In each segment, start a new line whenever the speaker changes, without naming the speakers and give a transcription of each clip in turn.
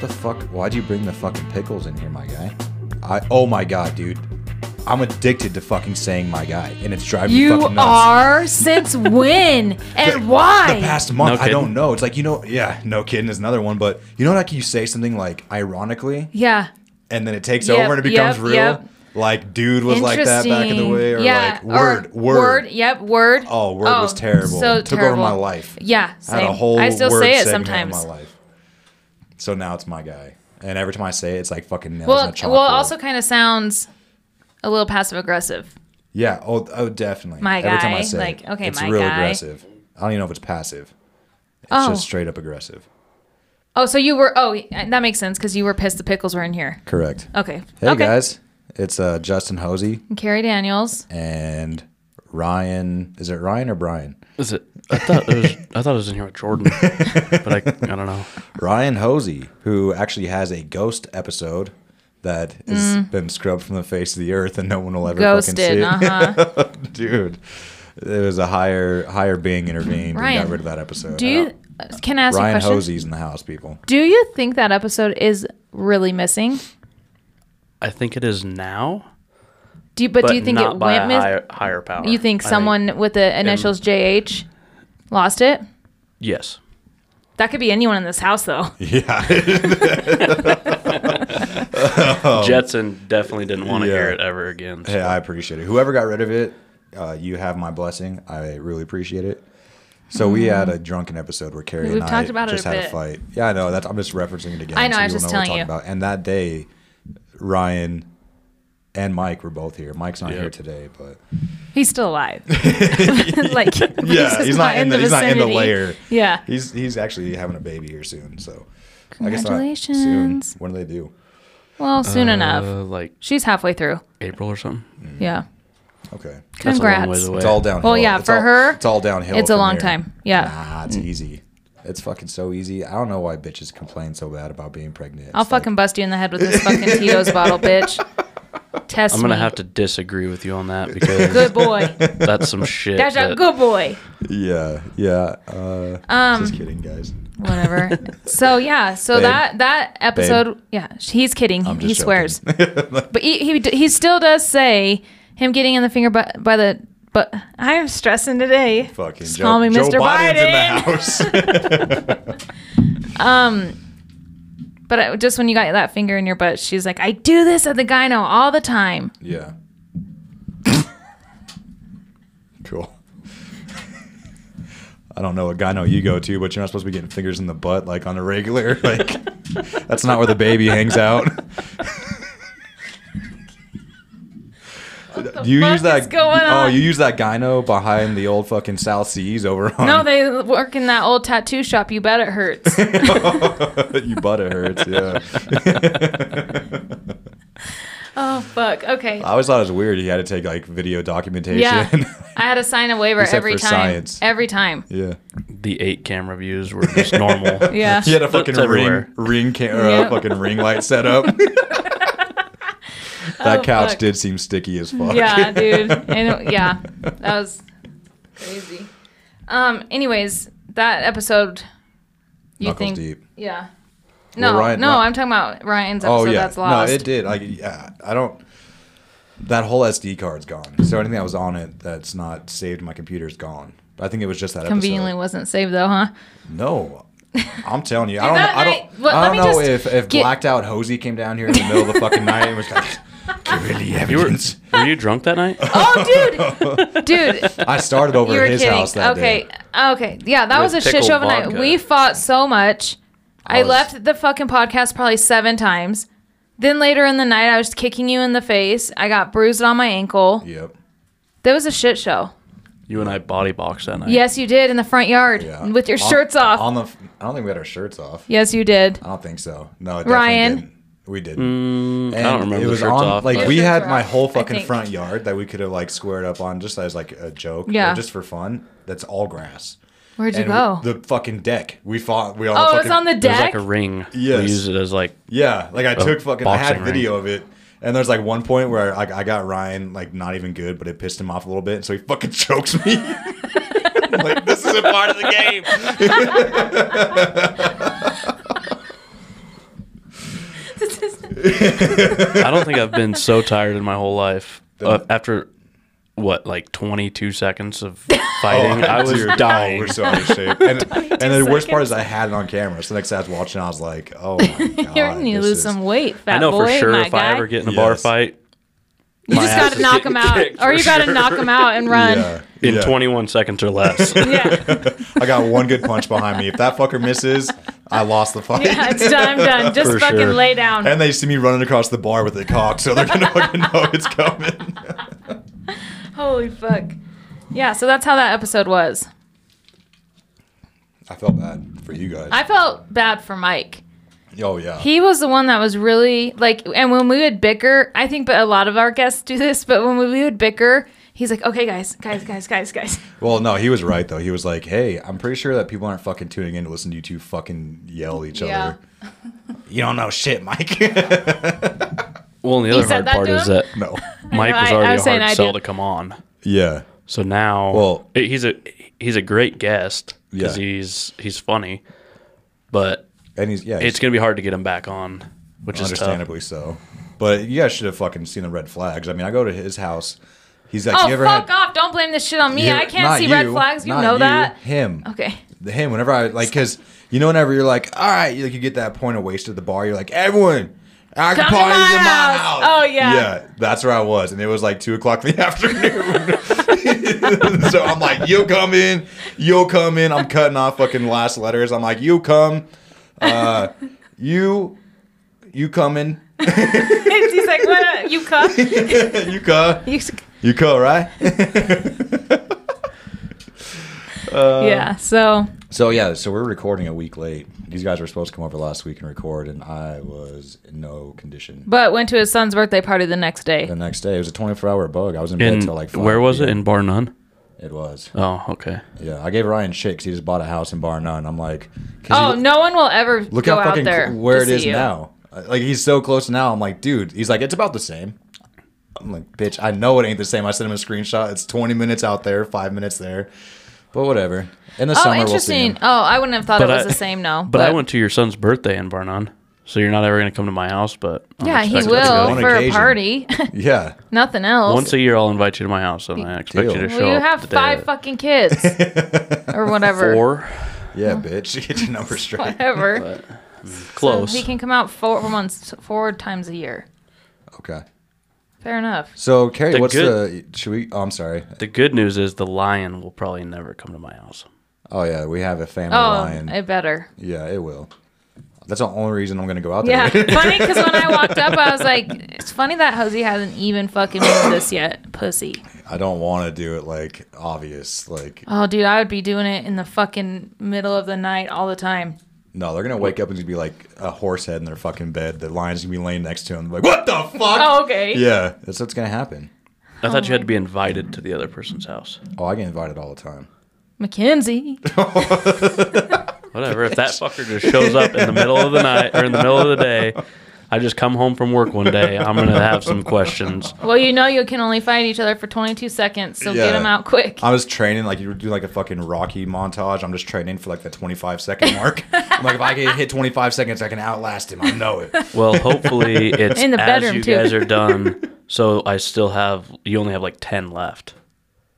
the fuck? Why'd you bring the fucking pickles in here, my guy? I oh my god, dude. I'm addicted to fucking saying my guy, and it's driving me
You
fucking nuts.
are since when and
The
why?
past month,
No
I don't
kidding.
know. It's like you know, yeah, no kidding is another one. But you know, like you say something like ironically,
Yeah.
and then it takes
Yep,
over and it becomes
yep,
real.
yep.
Like dude was like that back in the
Interesting.
way, or
yeah.
like word,
or
word,
Yep, word.
Oh, word was terrible.
So
Took over
terrible.
my life.
Yeah,
I had
same.
a whole
I still
word
say it
segment in
sometimes.
my life. So now it's my guy, and every time I say it, it's like fucking nails on
Well,
a chalkboard.
well, also kind of sounds a little passive aggressive.
yeah, oh, oh, definitely.
My
every time
guy,
I say
like,
it,
okay,
it's
my
real
guy.
aggressive. I don't even know if it's passive. It's
Oh.
just straight up aggressive.
Oh, so you were? Oh, that makes sense because you were pissed the pickles were in here.
Correct.
Okay.
Hey
Oh, okay.
guys, it's uh, Justin Hosey
And Carrie Daniels.
and Ryan. Is it Ryan or Brian?
Is it? I thought it was. I thought it was in here with Jordan, but I, I don't know.
Ryan Hosey, who actually has a ghost episode that has been scrubbed from the face of the earth and no one will ever fucking
Mm. Ghosted.
see it.
Uh huh.
Dude, it was a higher higher being intervened and
Ryan,
got rid of that episode.
Do
I
you? uh,
don't-
Can I ask you a
Ryan
question?
Hosey's in the house, people.
Do you think that episode is really missing?
I think it is now,
Do you, but,
but
do you think
not
it
by a
went missing?
higher, higher power.
You think
I
someone with the initials JH lost it?
yes.
That could be anyone in this house, though.
Yeah.
Jetson definitely didn't want to
Oh. Yeah.
hear it ever again.
hey, I appreciate it. Whoever got rid of it, uh, you have my blessing. I really appreciate it. So we had a drunken episode where Carrie
We've
and
talked
I
about it a
just had a
bit.
fight. Yeah, I know. That's, I'm just referencing it again.
I know, I was
you'll
just
what we're
telling you.
talking About. And that day, Ryan and Mike were both here. Mike's not
Yep.
here today, but
He's still alive. like
yeah, he's,
just
not in the, he's not in the
vicinity.
layer.
Yeah.
He's he's actually having a baby here soon. So
Congratulations.
soon. When do they do?
Well, soon
Uh,
enough.
like
She's halfway through.
April or something.
Yeah.
Okay.
That's a long
Congrats.
ways away.
Mm. It's all downhill.
Well, yeah,
It's
for
all-
her,
it's all downhill.
it's a
from
long
there.
time. Yeah.
Nah, it's easy. It's fucking so easy. I don't know why bitches complain so bad about being pregnant.
I'll
It's like-
fucking bust you in the head with this fucking Tito's bottle, bitch. Test
I'm gonna
me.
have to disagree with you on that because
Good boy.
that's some shit.
That's a
that-
good boy.
Yeah, yeah. Uh,
Um,
just kidding, guys.
Whatever. So yeah. So
Babe.
that that episode. Yeah. He's kidding.
I'm
He
just
swears. but he, he d- he still does say him getting in the finger by, by the. But I am stressing today.
Fucking
Just
Joe,
call me
Joe
Mr.
Biden's in
Biden.
the house.
Um, But I, just when you got that finger in your butt, she's like, "I do this at the gyno all the time."
yeah. cool. I don't know what gyno you go to, but you're not supposed to be getting fingers in the butt like on a regular. Like that's not where the baby hangs out. Do you
fuck
use that?
is going
Oh,
on?
you use that gyno behind the old fucking South Seas over on.
No, they work in that old tattoo shop. You bet it hurts.
you butt it hurts. Yeah.
oh fuck. Okay.
I always thought it was weird. He had to take like video documentation.
Yeah. I had to sign a waiver
Except
every
for
time.
science.
Every time.
yeah.
the eight camera views were just normal.
Yeah.
He had a fucking ring
everywhere.
ring camera,
Yep.
fucking ring light set up. that couch
Oh, fuck.
did seem sticky as fuck.
Yeah, dude. And it- yeah, that was crazy. Um. Anyways, that episode. You
Knuckles
think?
deep.
Yeah. No,
Well, Ryan-
no,
Ry-
I'm talking about Ryan's
Oh
episode
yeah.
that's lost.
No, it did. Like yeah, I don't. That whole SD card's gone. So anything that was on it that's not saved to my computer's gone. But I think it was just that
Conveniently
episode.
wasn't saved though, huh?
No. I'm telling you, I don't,
that
I
night-
don't,
let-
I
let
don't
me
know
just
if, if
get-
blacked out Hosey came down here in the middle of the fucking night and was like, give me the
You were,
evidence.
were you drunk that night?
Oh, dude, dude.
I started
You
over
were
at his
kidding.
house that
okay,
day.
okay, yeah, that
With
was a shit
pickled
show of a night.
vodka.
We fought so much. I,
was-
left the fucking podcast probably seven times. Then later in the night, I was kicking you in the face. I got bruised on my ankle.
Yep.
That was a shit show.
You and I body boxed that night.
Yes, you did in the front yard
Yeah.
with your
On-
shirts off.
On the, I don't think we had our shirts off.
yes, you did.
Uh,
I don't think so. No, it
Ryan.
Ryan. Didn't. We didn't.
Mm, I don't remember
It
the
was
shirts
on
off,
like
but-
we
Shirts
had
were
my
off,
whole
I
fucking
think.
front yard that we could have like squared up on just as like a joke,
Yeah.
or just for fun. That's all grass.
Where'd you
And
go?
the fucking deck. We fought. We all.
oh,
fucking,
it was on the
It was
deck.
like a ring.
Yes.
We used it as like
Yeah, like I took fucking. I had
Oh, boxing ring.
video of it, and there's like one point where I, I got Ryan like not even good, but it pissed him off a little bit, and so he fucking chokes me. I'm like this is a part of the game.
I don't think I've been so tired in my whole life. Uh, after what, like 22 seconds of
Oh,
fighting, I was
Dude,
dying.
We're so out of shape. And, and the worst part is I had it on camera. So the next day I was watching, I was like, oh my god,
You're gonna
this
lose
is-
some weight, fat
I know
boy.
for sure
my
if
guy.
I ever get in a bar
Yes.
fight
you
my
just
ass
gotta
is
knock
getting
him out,
kicked
or
for
you gotta
sure.
knock him out and run.
Yeah,
in
yeah.
21 seconds or less,
yeah,
I got one good punch behind me. If that fucker misses, I lost the fight.
yeah, it's done, done. Just
For
fucking
sure.
lay down.
And they see me running across the bar with a cock, so they're gonna fucking know it's coming.
Holy fuck. Yeah, so that's how that episode was.
I felt bad for you guys.
I felt bad for Mike.
oh yeah.
He was the one that was really like, and when we would bicker, I think, but a lot of our guests do this. But when we would bicker, he's like, "Okay, guys, guys, guys, guys, guys."
well, no, he was right though. He was like, "Hey, I'm pretty sure that people aren't fucking tuning in to listen to you two fucking yell at each
Yeah.
other." You don't know shit, Mike.
Well, and the other
said
hard
that
part
to
is
him?
that
no.
Mike
know,
was
I- I
already
was
a
saying
hard
I
sell
do.
to come on.
Yeah.
So now,
Well-
it- he's a he's a great guest because
Yeah.
he's he's funny, but
And he's yeah.
it's
He's
gonna be hard to get him back on, which is tough.
understandably so. But you guys should have fucking seen the red flags. I mean, I go to his house. He's like,
Oh
you ever
fuck
had?
off! Don't blame this shit on me.
you-
I can't
not
see red
you,
flags. You
not
know that.
Him.
Okay.
the- him whenever I like because you know whenever you're like all right you, like, you get that point of waste at the bar you're like everyone I can
Come to
party in
my
my
house."
house.
Oh, yeah.
yeah. That's where I was, and it was like two o'clock in the afternoon. so I'm like, "You'll come in, you'll come in." I'm cutting off fucking last letters. I'm like, "You come, uh, you, you coming,
he's like, "What? You cup?
Uh, you come,
You,
you come, right?"
yeah." So
So yeah, so we're recording a week late. These guys were supposed to come over last week and record, and I was in no condition.
But went to his son's birthday party the next day.
The next day, it was a 24 hour bug. I was in bed
In,
till like 5
where was it
p.m.
in Bar None?
It was.
Oh, okay.
Yeah, I gave Ryan shit 'cause he just bought a house in Bar None. I'm like, 'cause
Oh,
he-
no one will ever
look
go
how
out
fucking
there.
cl- where
to
it is
see you.
now. Uh, Like he's so close now. I'm like, dude. He's like, it's about the same. I'm like, bitch. I know it ain't the same. I sent him a screenshot. It's 20 minutes out there, five minutes there, but whatever. In the
Oh,
summer, we'll see.
interesting.
him.
oh, I wouldn't have thought
But
it was
I-
the same. No,
But, I went to your son's birthday in Bar None, so you're not ever gonna come to my house. But I'll
Yeah, he
expect you to
will
go.
on
for a
occasion.
party.
Yeah.
Nothing else.
Once a year, I'll invite you to my house, and I expect
Deal.
you to
Will
show
well, you
up.
have
the day
five
that-
fucking kids or whatever.
four,
Oh.
Yeah, bitch. Get your number straight.
Whatever.
but I mean, close.
So he can come out four months, four times a year.
Okay.
Fair enough.
So Carrie,
The
what's
good-
the? Should we? Oh, I'm sorry.
the good news is the lion will probably never come to my house.
Oh yeah, we have a family
Oh,
lion.
it better.
Yeah, it will. That's the only reason I'm gonna go out
Yeah,
there.
funny because when I walked up, I was like, "It's funny that Hosey hasn't even fucking moved this yet, pussy."
I don't want to do it like obvious. Like,
Oh, dude, I would be doing it in the fucking middle of the night all the time.
no, they're gonna wake up and it's gonna be like a horse head in their fucking bed. The lion's gonna be laying next to him. Like, what the fuck?
Oh, okay.
Yeah, that's what's gonna happen.
I thought you had to be invited to the other person's house.
Oh, I get invited all the time.
Mackenzie.
Whatever. If that fucker just shows up in the middle of the night or in the middle of the day, I just come home from work one day. I'm gonna have some questions.
Well, you know you can only fight each other for 22 seconds, so get
Yeah.
them out quick.
I was training like you were doing like a fucking Rocky montage. I'm just training for like the 25 second mark. I'm like, if I can hit 25 seconds, I can outlast him. I know it.
Well, hopefully it's
In the
as
bedroom,
you
too.
guys are done. So I still have. You only have like ten left.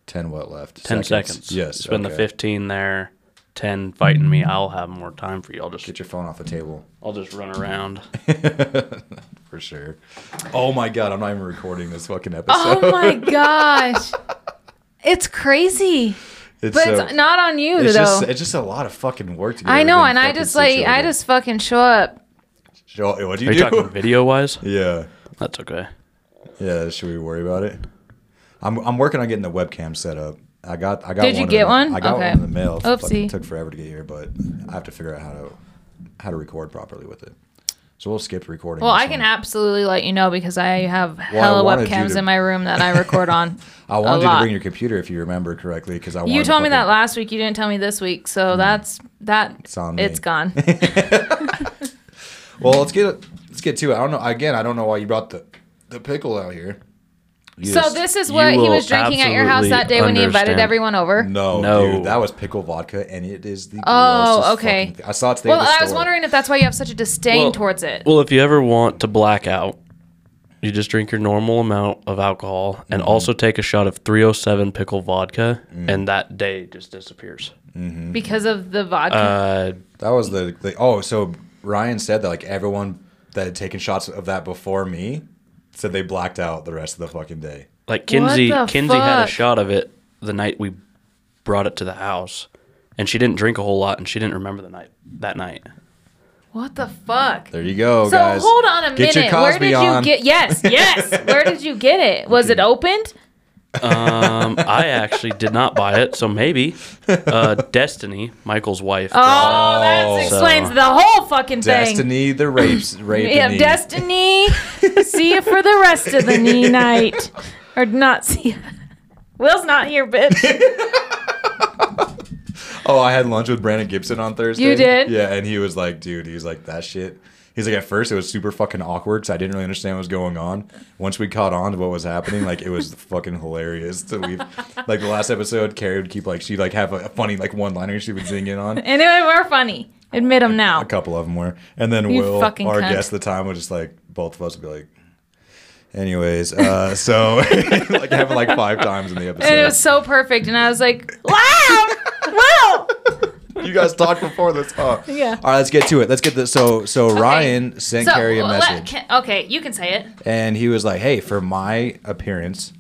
10 what left?
Ten seconds.
Yes.
Spend the
okay.
fifteen there. Ten fighting me. I'll have more time for you. I'll just
Get your phone off the table.
I'll just run around.
for sure. Oh my god, I'm not even recording this fucking episode.
oh my gosh. It's crazy.
it's
But
so-
it's not on you,
it's
though.
just it's just a lot of fucking work to get
I know,
everything
and I
fucking
just like I
situated.
just fucking show up.
Joel, what do you
Are you
do?
talking video wise?
yeah.
That's okay.
Yeah, should we worry about it? I'm I'm working on getting the webcam set up. I got I got
Did you
one in
get
the-
one?
I got
Okay.
one in the mail. It fucking
Oopsie.
took forever to get here, but I have to figure out how to how to record properly with it. So we'll skip recording.
Well,
this
I can
one.
absolutely let you know because I have
I
hella
wanted you
webcams
to-
in my room that I record on.
I wanted you to
lot.
bring your computer if you remember correctly because I wanted
You
to
told me that
fucking- Mm.
last week. You didn't tell me this week, so that's that.
It's on me.
It's gone.
Well, let's get let's get to it. I don't know. Again, I don't know why you brought the the pickle out here. You
so
just-
this is
you
what he
will
was drinking at your house
absolutely
that day when he invited
understand.
everyone over.
No,
No.
dude, that was pickle vodka, and it is the
Oh,
grossest
okay.
fucking thing. I saw it today.
Well,
at the
I was
store.
wondering if that's why you have such a disdain towards it.
Well, if you ever want to black out, you just drink your normal amount of alcohol and
Mm-hmm.
also take a shot of 307 pickle vodka,
Mm.
and that day just disappears.
because of the vodka.
Uh,
that was the, the oh. So Ryan said that like everyone that had taken shots of that before me said they blacked out the rest of the fucking day.
like Kinsey,
the
Kinsey had a
fuck?
shot of it the night we brought it to the house, and she didn't drink a whole lot, and she didn't remember the night that night.
what the fuck?
There you go,
so
guys.
hold on a
Get
minute.
your
Where
Cosby
did
on.
you get? Yes, yes. Where did you get it? Was it opened?
Um, I actually did not buy it, so maybe uh, Destiny, Michael's wife.
Oh,
Oh.
brought
that explains
So-
the whole fucking thing.
Destiny, the rapes, rape.
We have destiny. see you for the rest of the knee night, or not see. You. Will's not here, bitch.
Oh, I had lunch with Brandon Gibson on Thursday.
You did?
Yeah, and he was like, dude, he's like, that shit. He's like, at first it was super fucking awkward because I didn't really understand what was going on. Once we caught on to what was happening, like it was fucking hilarious. So we, like the last episode, Carrie would keep like she'd like have a, a funny like one liner she would zing in on.
anyway, we're funny. Admit them
A
now.
couple of them were, and then
You
Will, our
fucking cunt.
guest at the time, would just like both of us would be like, anyways, uh, so like happened like five times in the episode.
And it was so perfect, and I was like, "Wow, Will."
you guys talked before this, huh?
Yeah.
All right, let's get to it. Let's get this. So, so Ryan sent Carrie a
let-
message,
can- okay, you can say it.
and he was like, "Hey, for my appearance,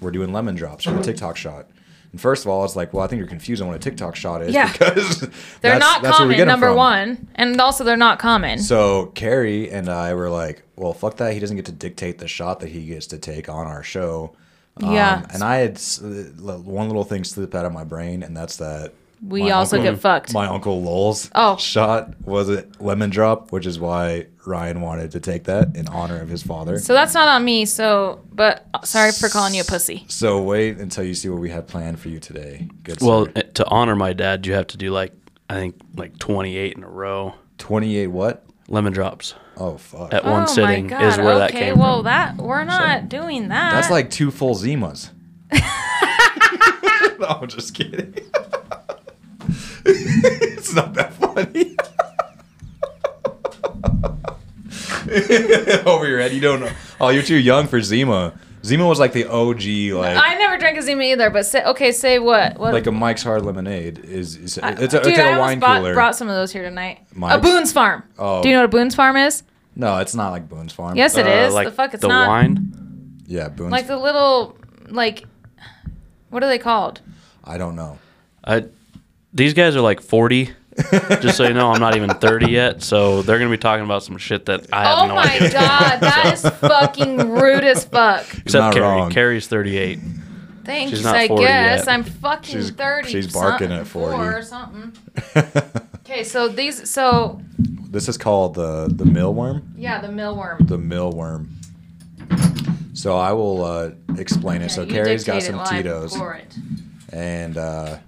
we're doing lemon drops for the TikTok shot." And first of all, it's like, "Well, I think you're confused on what a TikTok shot is
Yeah.
because
They're
that's-
not
that's where we get 'em
common, number
from.
one, and also they're not common.
So Carrie and I were like, "Well, fuck that. He doesn't get to dictate the shot that he gets to take on our show." Um,
Yeah.
and I had s- uh, one little thing slip out of my brain, and that's that.
We
my
also
uncle-
get fucked.
My uncle Lowell's
Oh.
shot was a lemon drop, which is why Ryan wanted to take that in honor of his father.
so that's not on me. So, but uh, sorry for calling you a pussy.
So wait until you see what we have planned for you today. Good
Well,
sir.
eh, to honor my dad, you have to do like I think like 28 in a row
twenty-eight. What?
lemon drops
Oh fuck.
at
Oh
one
my
sitting
God,
is where that
okay,
came
well,
from.
that we're not doing that.
That's like two full Zimas. no, I'm just kidding. it's not that funny. Over your head, you don't know. Oh, you're too young for Zima. Zima was like the OG, like
I never drank a Zima either. But say, okay, say what? What?
like a Mike's Hard Lemonade is. is
I-
it's a,
dude,
it's in
I
a
almost
wine
bought-
cooler.
brought some of those here tonight. A
Mike's?
Boone's Farm.
Oh.
Do you know what a Boone's Farm is?
no, it's not like Boone's Farm. Uh,
Yes, it
Uh,
is. the fuck, it's not.
wine.
Yeah, Boone's.
Like the little, like, what are they called?
I don't know.
I, these guys are like 40. Just so you know, I'm not even 30 yet, so they're gonna be talking about some shit that I have
Oh
no
my
idea.
god, that is fucking rude as fuck.
He's not
Except Carrie.
wrong.
Carrie's 38.
Thanks,
She's not
I
40
guess.
yet.
I'm fucking
She's-
30.
she's barking
something,
at 40.
four or something. Okay, so these, so
this is called the the millworm.
yeah, the millworm.
the millworm. So I will uh, explain it. so
Yeah, you
Carrie's got
dictate it
some
while I
Tito's,
pour it.
and uh,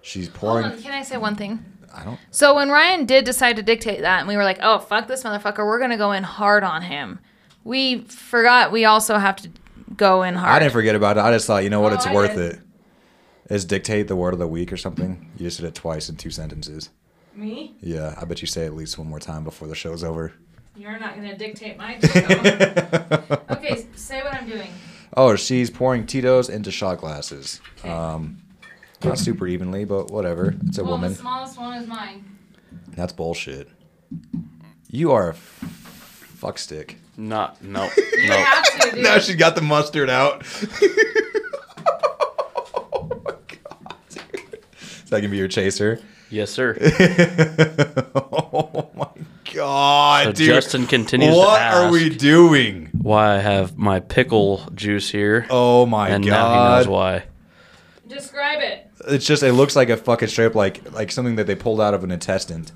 she's
Hold
pouring.
on, can I say one thing?
I don't.
So when Ryan did decide to dictate that, and we were like, "Oh fuck this motherfucker, we're gonna go in hard on him," we forgot we also have to go in hard.
I didn't forget about it. I just thought, you know what,
Oh,
it's
I
worth
did.
it. Is dictate the word of the week or something? You just did it twice in two sentences.
Me?
Yeah, I bet you say at least one more time before the show's over.
You're not gonna dictate my. Oh. okay, say what I'm doing.
Oh, she's pouring Tito's into shot glasses.
Okay.
Um, not super evenly, but whatever. It's a woman.
smallest one is mine.
That's bullshit. You are a f- fuckstick.
Not no
You
no.
have to, dude.
now she got the mustard out. oh my god. dude. Is that gonna be your chaser?
yes, sir.
oh my god,
So
dude.
Justin continues to
What are we
ask.
doing?
Why I have my pickle juice here,
Oh my
and now he
god.
knows why.
Describe it.
It's just it looks like a fucking straight up like like something that they pulled out of an intestine.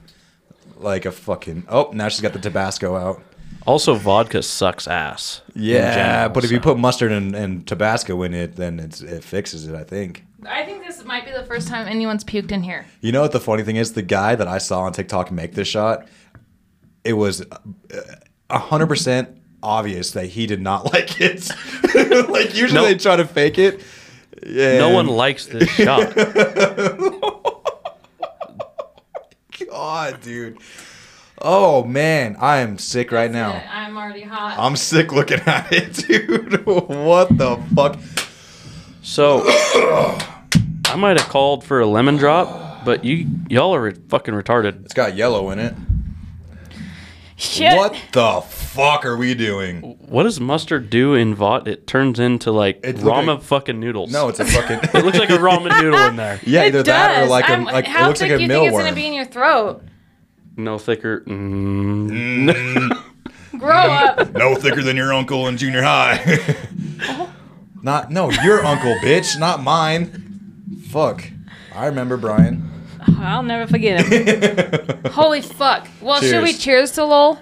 Like a fucking oh, now she's got the Tabasco out.
Also, vodka sucks ass. in
Yeah,
general,
but if you
so-
put mustard and, and Tabasco in it, then it's, it fixes it. I think.
I think this might be the first time anyone's puked in here.
You know what the funny thing is? The guy that I saw on TikTok make this shot, it was uh, 100% obvious that he did not like it. like usually
No.
they try to fake it. Yeah.
No one likes this shot.
God, dude. Oh man, I am sick right now.
I'm already hot.
I'm sick looking at it, dude. what the fuck?
So I might have called for a lemon drop, but you y'all are re- fucking retarded.
It's got yellow in it.
Shit.
What the fuck are we doing?
What does mustard do in Vought? It turns into like
It look
ramen
like-
fucking noodles.
No, it's a fucking.
it looks like a ramen noodle in there.
yeah,
It
either that or
does.
like a
I'm-
like.
How
It looks
thick
like a
you think it's
mealworm.
gonna be in your throat?
No thicker. Mm.
Grow up.
no thicker than your uncle in junior high. not no, your uncle, bitch, not mine. Fuck. I remember Brian.
I'll never forget him. Holy fuck. Well, should we
Cheers.
cheers to Lowell?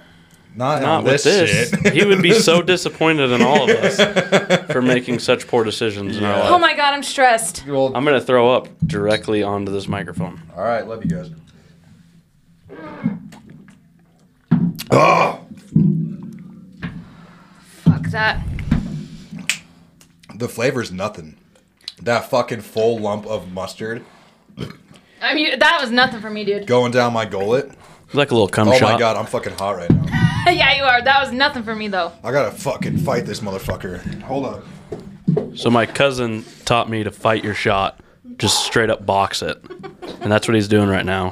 Not,
Not
on
with
this,
this.
shit.
he would be so disappointed in all of us for making such poor decisions in our
Yeah.
Oh
life.
my god, I'm stressed.
Well,
I'm gonna throw up directly onto this microphone.
all right, love you guys. Oh,
Fuck that.
the flavor's nothing. That fucking full lump of mustard
I mean, that was nothing for me, dude.
going down my gullet.
Like a little cum
Oh
shot.
my god, I'm fucking hot right now.
yeah, you are. That was nothing for me though.
I gotta fucking fight this motherfucker. Hold up.
So my cousin taught me to fight your shot, just straight up box it, and that's what he's doing right now.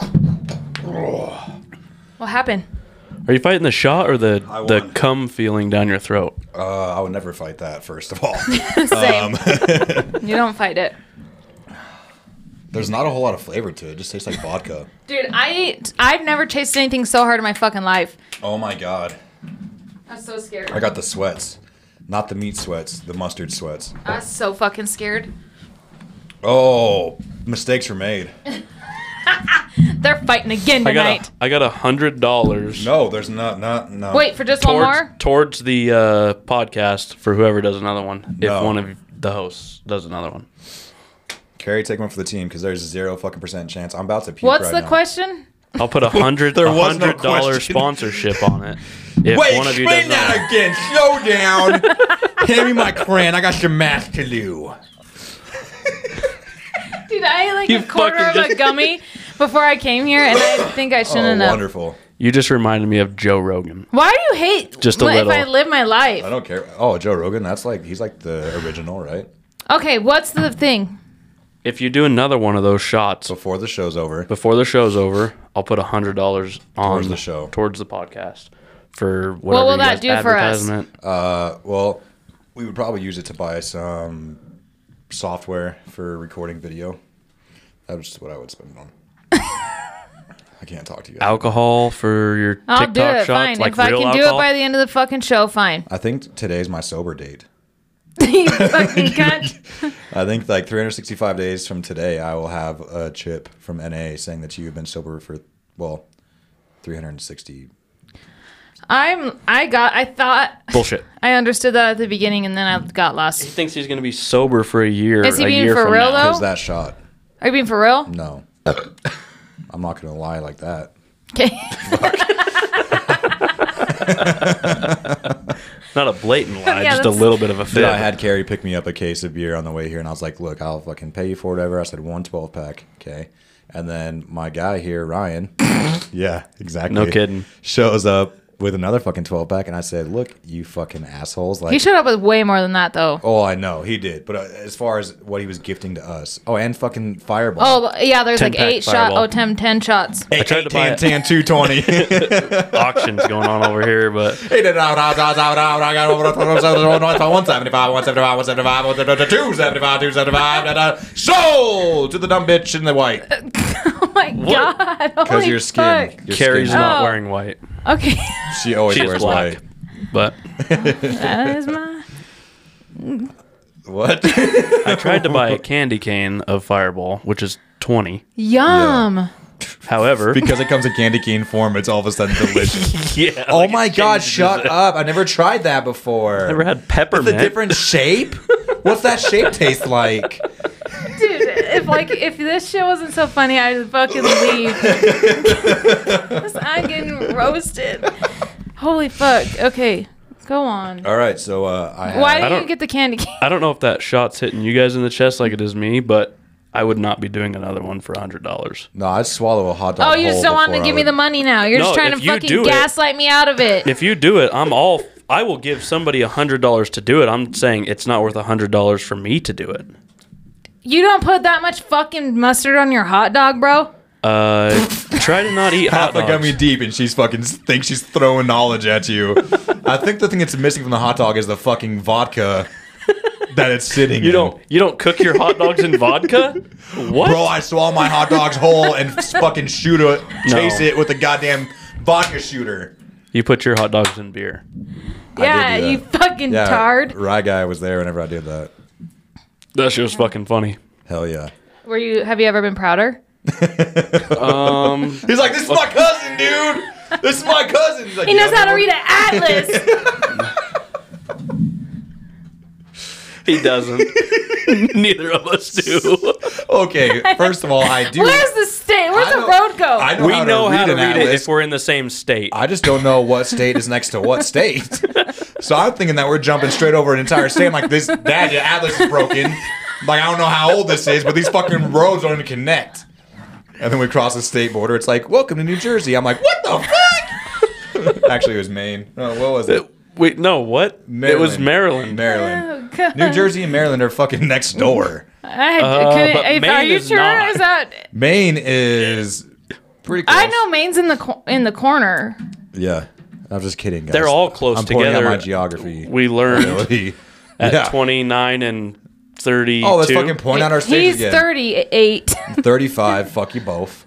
What happened?
Are you fighting the shot or the
I
the
won.
cum feeling down your throat?
Uh, I would never fight that. First of all, Um.
Same. you don't fight it.
there's not a whole lot of flavor to it. It just tastes like vodka.
Dude, I I've never tasted anything so hard in my fucking life.
Oh my god.
I was so scared.
I got the sweats. Not the meat sweats, the mustard sweats.
I was so fucking scared.
Oh, mistakes were made.
They're fighting again
I got
tonight.
a, I got a hundred dollars
No, there's not, not, no.
Wait for just one
towards
more.
towards the uh, podcast for whoever does another one. If
No.
one of the hosts does another one,
Carrie, take one for the team because there's zero fucking percent chance. I'm about to puke
What's
right
the
now.
question?
I'll put a hundred
There
a
was no
hundred dollar
question.
sponsorship on it. If
Wait,
one of you does
explain
another one.
that again. Slow down. Hand me my crayon. I got some math to do.
Dude, I ate like
You
a quarter of
fucking
a
just-
gummy before I came here, and I think I
Oh,
shouldn't have.
wonderful.
you just reminded me of Joe Rogan.
Why do you hate
Just a
what
little.
if I live my life?
I don't care. Oh, Joe Rogan. That's like he's like the original, right?
Okay, what's the thing?
If you do another one of those shots
Before the show's over.
before the show's over, I'll put a hundred dollars on
Towards the show.
towards the podcast for whatever
will
you
that
guys-
do for us?
advertisement.
Uh, well, we would probably use it to buy some software for recording video. That's what I would spend it on. I can't talk to you. Guys.
Alcohol for your
I'll
TikTok
do it.
shots,
fine.
like
if I
real
can do it
alcohol.
by the end of the fucking show, fine.
I think today's my sober date.
you fucking cunt.
I think like 365 days from today, I will have a chip from NA saying that you've been sober for well, 360.
I'm. I got. I thought.
bullshit.
I understood that at the beginning, and then I got
He
lost.
thinks he's gonna be sober for a year.
Is he
a
being
year
for
from
real,
now.
Is
Oh.
that shot?
Are you being for real?
No, I'm not gonna lie like that.
Okay.
Not a blatant lie,
Yeah,
just a
that's-
little bit of a
Dude,
fib.
I had Carrie pick me up a case of beer on the way here, and I was like, "Look, I'll fucking pay you for whatever." I said one 12 pack, okay. And then my guy here, Ryan, yeah, exactly,
No kidding.
shows up with another fucking twelve pack, and I said, "Look, you fucking assholes!"
he
Like,
showed up with way more than that, though.
oh, I know he did, but uh, as far as what he was gifting to us, oh, and fucking Fireball,
Oh yeah, there's like
10-pack
eight shot.
Fireball.
Oh, 10, 10 shots.
hey,
tried
eight,
to buy
ten,
it.
ten, two twenty.
auctions going on over here, but
Hey, da- da- da- da- da- da- da- da- da- da- da- da- da- da- da- 175, 175, 175, 275, 275, da- da- Sold to the dumb bitch in the white.
Oh my god.
Because
Holy
your skin.
fuck.
Your
Carrie's
skin-
not
Oh.
wearing white,
Okay.
She always
She is
wears
black.
white.
but
that is my.
What?
I tried to buy a candy cane of Fireball, which is twenty.
Yum.
However,
because it comes in candy cane form, it's all of a sudden delicious.
yeah,
oh
like it
my god,
changes
shut
it.
up. I never tried that before.
Never had peppermint.
the different shape? What's that shape taste like?
Dude, if like if this shit wasn't so funny, I'd fucking leave. 'Cause I'm getting roasted. Holy fuck. Okay, Go on.
All right, so uh, I had,
Why
I
do you
don't-
get the candy cane?
I don't know if that shot's hitting you guys in the chest like it is me, but I would not be doing another one for hundred dollars.
no, I'd swallow a hot dog.
Oh, you just
whole
don't want to
before I
give me
would-
the money now. You're just
No,
trying
if
to
you
fucking
do it-
gaslight me out of it.
If you do it, I'm all. I will give somebody hundred dollars to do it. I'm saying it's not worth hundred dollars for me to do it.
you don't put that much fucking mustard on your hot dog, bro.
Uh, try to not eat hot
Half a
dogs.
gummy deep, and she's fucking thinks she's throwing knowledge at you. I think the thing that's missing from the hot dog is the fucking vodka that it's sitting.
you
in.
don't. You don't cook your hot dogs in vodka. What?
Bro, I swallow my hot dogs whole and s- fucking shoot it, chase it with a goddamn vodka shooter.
you put your hot dogs in beer.
did
Yeah,
do that.
you fucking
Yeah,
tard.
Rye guy was there whenever I did that.
That shit was fucking funny.
Hell yeah.
Were you? Have you ever been prouder?
Um,
He's like, this is my cousin, dude. This is my cousin. He's like,
He knows
"Yeah,
how to
no."
read an atlas.
he doesn't. Neither of us do.
Okay, first of all, I do.
Where's the state? Where's
I
the
know-
road go?
I know
we
how
know
to read,
how to
an
read it
atlas.
if we're in the same state.
I just don't know what state is next to what state. so I'm thinking that we're jumping straight over an entire state. I'm like, this dad, your atlas is broken. Like, I don't know how old this is, but these fucking roads don't even connect. And then we cross the state border. It's like, welcome to New Jersey. I'm like, what the fuck? Actually, it was Maine. Oh, what was it?
Wait, no, what? It was Maryland.
Maryland.
Oh, God.
New Jersey and Maryland are fucking next door.
I had,
Uh,
could-
but
if- are
Maine
you
is
sure?
not.
Is that?
Maine is pretty close.
I know Maine's in the cor- in the corner.
Yeah. I'm just kidding, guys.
They're all close
I'm pointing
together.
out my geography.
We learned
ability.
at
Yeah.
29 and 32.
Oh, let's fucking point out our
He's
states again.
thirty-eight.
35. Fuck you both.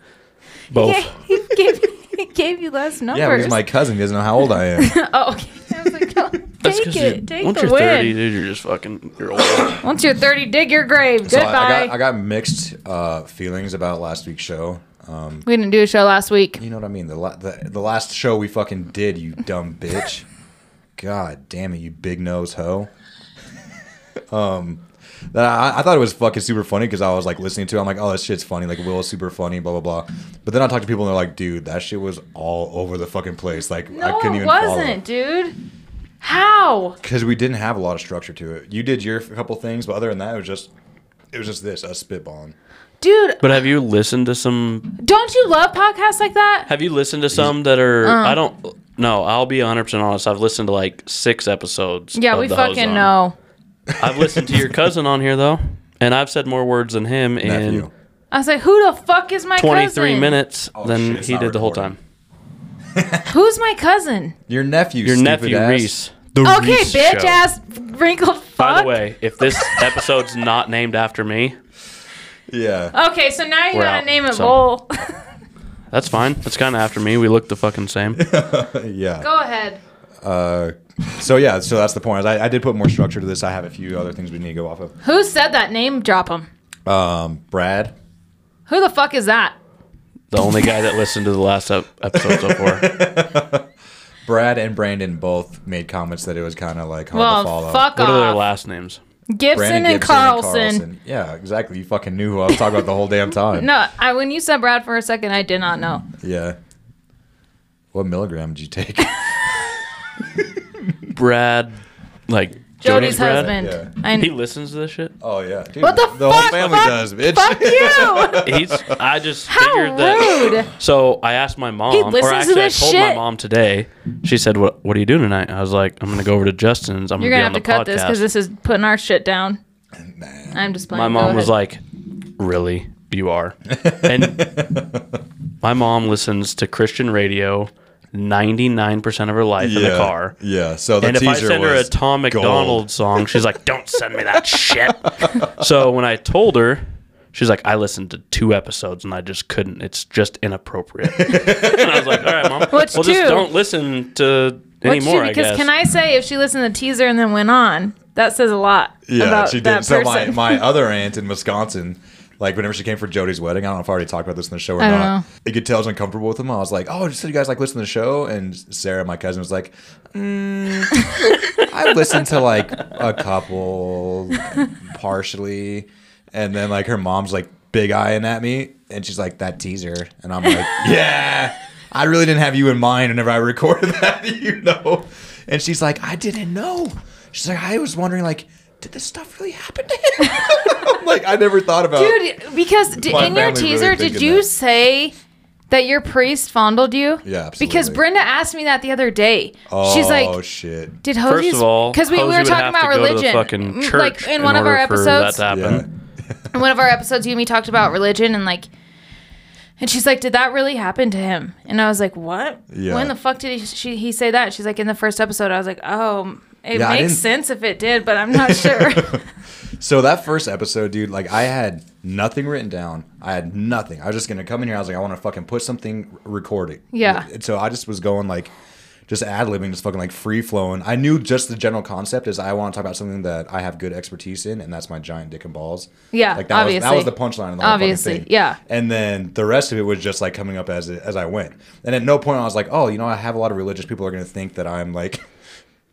both.
he gave he gave you less numbers.
Yeah, but he's my cousin. He doesn't know how old I am.
Oh, okay. I was like, no,
That's
take
'cause
it.
you-
Take
once
the
you're
win.
30, dude, you're just fucking. You're old.
Once you're 30, dig your grave.
So I, I
Goodbye.
got, I got mixed uh, feelings about last week's show. Um,
we didn't do a show last week.
you know what I mean? The, la- the the last show we fucking did, you dumb bitch. God damn it, you big nose hoe. um, that I, I thought it was fucking super funny because I was like listening to. it. I'm like, oh, this shit's funny. Like, Will is super funny. Blah blah blah. But then I talked to people and they're like, dude, that shit was all over the fucking place. Like, I
No,
couldn't
it
even.
wasn't, dude. How?
because we didn't have a lot of structure to it. You did your f- couple things, but other than that, it was just it was just this us spitballing.
Dude,
But have you listened to some?
don't you love podcasts like that?
Have you listened to some that are?
Uh-huh.
I don't. No, I'll be 100 percent honest. I've listened to like six episodes.
Yeah,
of
we
the Hozone.
fucking know.
I've listened to your cousin on here though, and I've said more words than him in
Nephew.
I was like, who the fuck is my
23
cousin?
minutes
Oh,
than
shit, it's
he
not
did the whole
recording.
time.
Who's my cousin?
Your nephew,
Your
stupid
nephew
ass.
Reese.
okay, bitch
Show.
ass wrinkled fuck.
By the way, if this episode's not named after me,
Yeah,
Okay, so now you
We're
gotta
out,
name it
so-
bowl.
that's fine. It's kind of after me. We look the fucking same.
yeah.
Go ahead.
So yeah, so that's the point. I, I did put more structure to this. I have a few other things we need to go off of.
Who said that name? Drop him.
Um, Brad,
Who the fuck is that?
The only guy that listened to the last ep- episode so far.
Brad and Brandon both made comments that it was kind of like hard to
Well,
follow.
fuck
What are their
off.
last names?
Gibson,
Brandon
and,
Gibson
Carlson.
Yeah, exactly. You fucking knew who I was talking about the whole damn time.
No, I, when you said Brad for a second, I did not know.
Yeah. What milligram did you take?
Brad, like
Jody's
Jody's Brad?
husband.
Yeah.
I,
He listens to this shit.
Oh yeah. Dude,
what the, fuck?
whole family
fuck,
does, bitch.
Fuck you!
He's. I just
How
figured that.
rude!
So I asked my mom,
listens
or
to
actually, I
this
told my
shit?
mom today. She said, "What What are you doing tonight?" I was like, "I'm gonna go over to Justin's. I'm
You're
gonna
gonna
be
have
on
to cut
the
this
podcast."
because this is putting our shit down.
Nah.
I'm just playing.
my
Go
mom was
ahead.
like, "Really, you are?" And my mom listens to Christian radio ninety nine percent of her life in the car.
Yeah. So the
and if
teaser
I send her a
was
Tom
gold.
McDonald song, she's like, "Don't send me that shit." so when I told her, she's like, "I listened to two episodes and I just couldn't. It's just inappropriate." and I was like, "All right, mom,
What's
well,
two?
just don't listen to
Which
anymore."
she-
I
because
guess.
can I say if she listened to the teaser and then went on, that says a lot
Yeah,
about
she did.
that
So my,
person.
my other aunt in Wisconsin, like whenever she came for Jody's wedding, I don't know if I already talked about this in the show or
I don't
not.
know.
You could tell I was uncomfortable with him. I was like, "Oh, just so you guys like listen to the show." And Sarah, my cousin, was like, mm, "I listened to like a couple, partially," and then like her mom's like big eyeing at me, and she's like, "That teaser," and I'm like, "Yeah." I really didn't have you in mind whenever I recorded that, you know. And she's like, I didn't know. She's like, I was wondering, like, did this stuff really happen to him? I'm like, I never thought about
Dude, because d-
My
in your
family really
teaser, did
thinking
you
that.
say that your priest fondled you?
Yeah,
Because
absolutely.
Brenda asked me that the other day.
Oh,
She's like,
shit.
did
First
Hosey's
of all,
because we, we
Hosey
were
would
talking
have to
about
go to the
religion,
fucking
Mm,
church
like in one of
order
our
for that
episodes.
to happen.
Yeah.
in one of our episodes, Yumi talked about religion and like, and she's like, "Did that really happen to him?" And I was like, "What?
Yeah.
When the fuck did he she, he say that?" She's like, "In the first episode." I was like, "Oh, it
Yeah, I
makes
didn't-
sense if it did, but I'm not sure."
So that first episode, dude, like I had nothing written down. I had nothing. I was just gonna come in here. I was like, I want to fucking put something recorded.
Yeah.
So I just was going like, just ad libbing, just fucking like free flowing. I knew just the general concept is I want to talk about something that I have good expertise in, and that's my giant dick and balls.
Yeah,
Like that was that was
obviously.
the punchline of the whole fucking
Obviously,
thing.
yeah.
And then the rest of it was just like coming up as as I went. And at no point I was like, oh, you know, I have a lot of religious people are gonna think that I'm like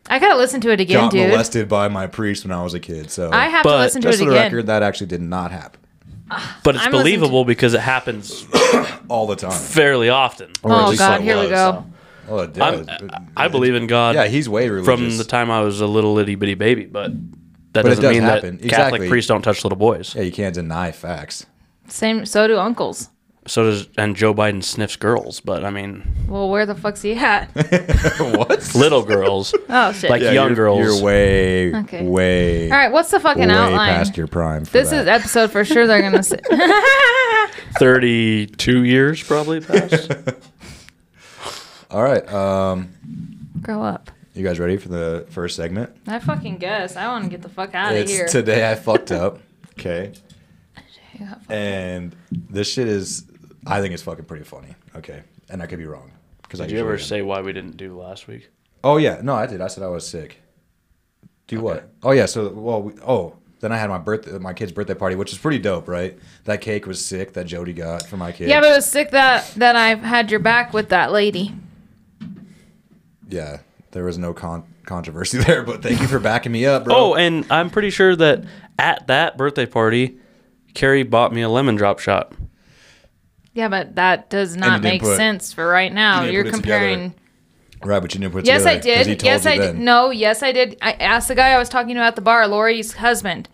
I gotta listen to it again,
got
dude.
molested by my priest when I was a kid. So
I have to
But
listen to
just
it
for
again.
the record, that actually did not happen
But it's
I'm listening to-
believable because it happens
all the time.
fairly often.
Or at
Oh,
least
God,
it
here we
was.
go.
Well, it
I'm,
does.
I believe in God
Yeah, he's way religious.
from the time I was a little itty bitty baby, but that
But it
doesn't
does
mean
happen.
that Catholic
Exactly.
priests don't touch little boys.
yeah, you can't deny facts.
Same. So do uncles.
So does and Joe Biden sniffs girls, but I mean
Well, where the fuck's he at?
what?
little girls,
Oh shit.
like
Yeah,
young
you're,
girls.
You're way,
Okay.
way,
All right, what's the fucking
way
outline?
past your prime. For
this
that.
is episode for sure. They're gonna say.
32 years probably past.
all right. Um,
Grow up.
you guys ready for the first segment?
I fucking guess. I want to get the fuck out of
It's
here.
today. I fucked up. Okay,
Yeah, fuck.
and this shit is. I think it's fucking pretty funny. Okay, and I could be wrong. Because
Did you ever say why we didn't do last week?
Oh yeah, no, I did. I said I was sick. Do what? Oh yeah. So well, we, oh then I had my birthday, my kid's birthday party, which is pretty dope, right? That cake was sick that Jody got for my kid.
yeah, but it was sick that that I had your back with that lady.
yeah, there was no con- controversy there. But thank you for backing me up, bro.
Oh, and I'm pretty sure that at that birthday party, Carrie bought me a lemon drop shot.
Yeah, but that does not
didn't
make
put-
sense for right now.
you didn't
You are
put it
comparing.
right, but you didn't put it
Yes, I
together 'cause he
did.
told
Yes,
you
I did.
then.
No, yes, I did. I asked the guy I was talking to at the bar, Lori's husband.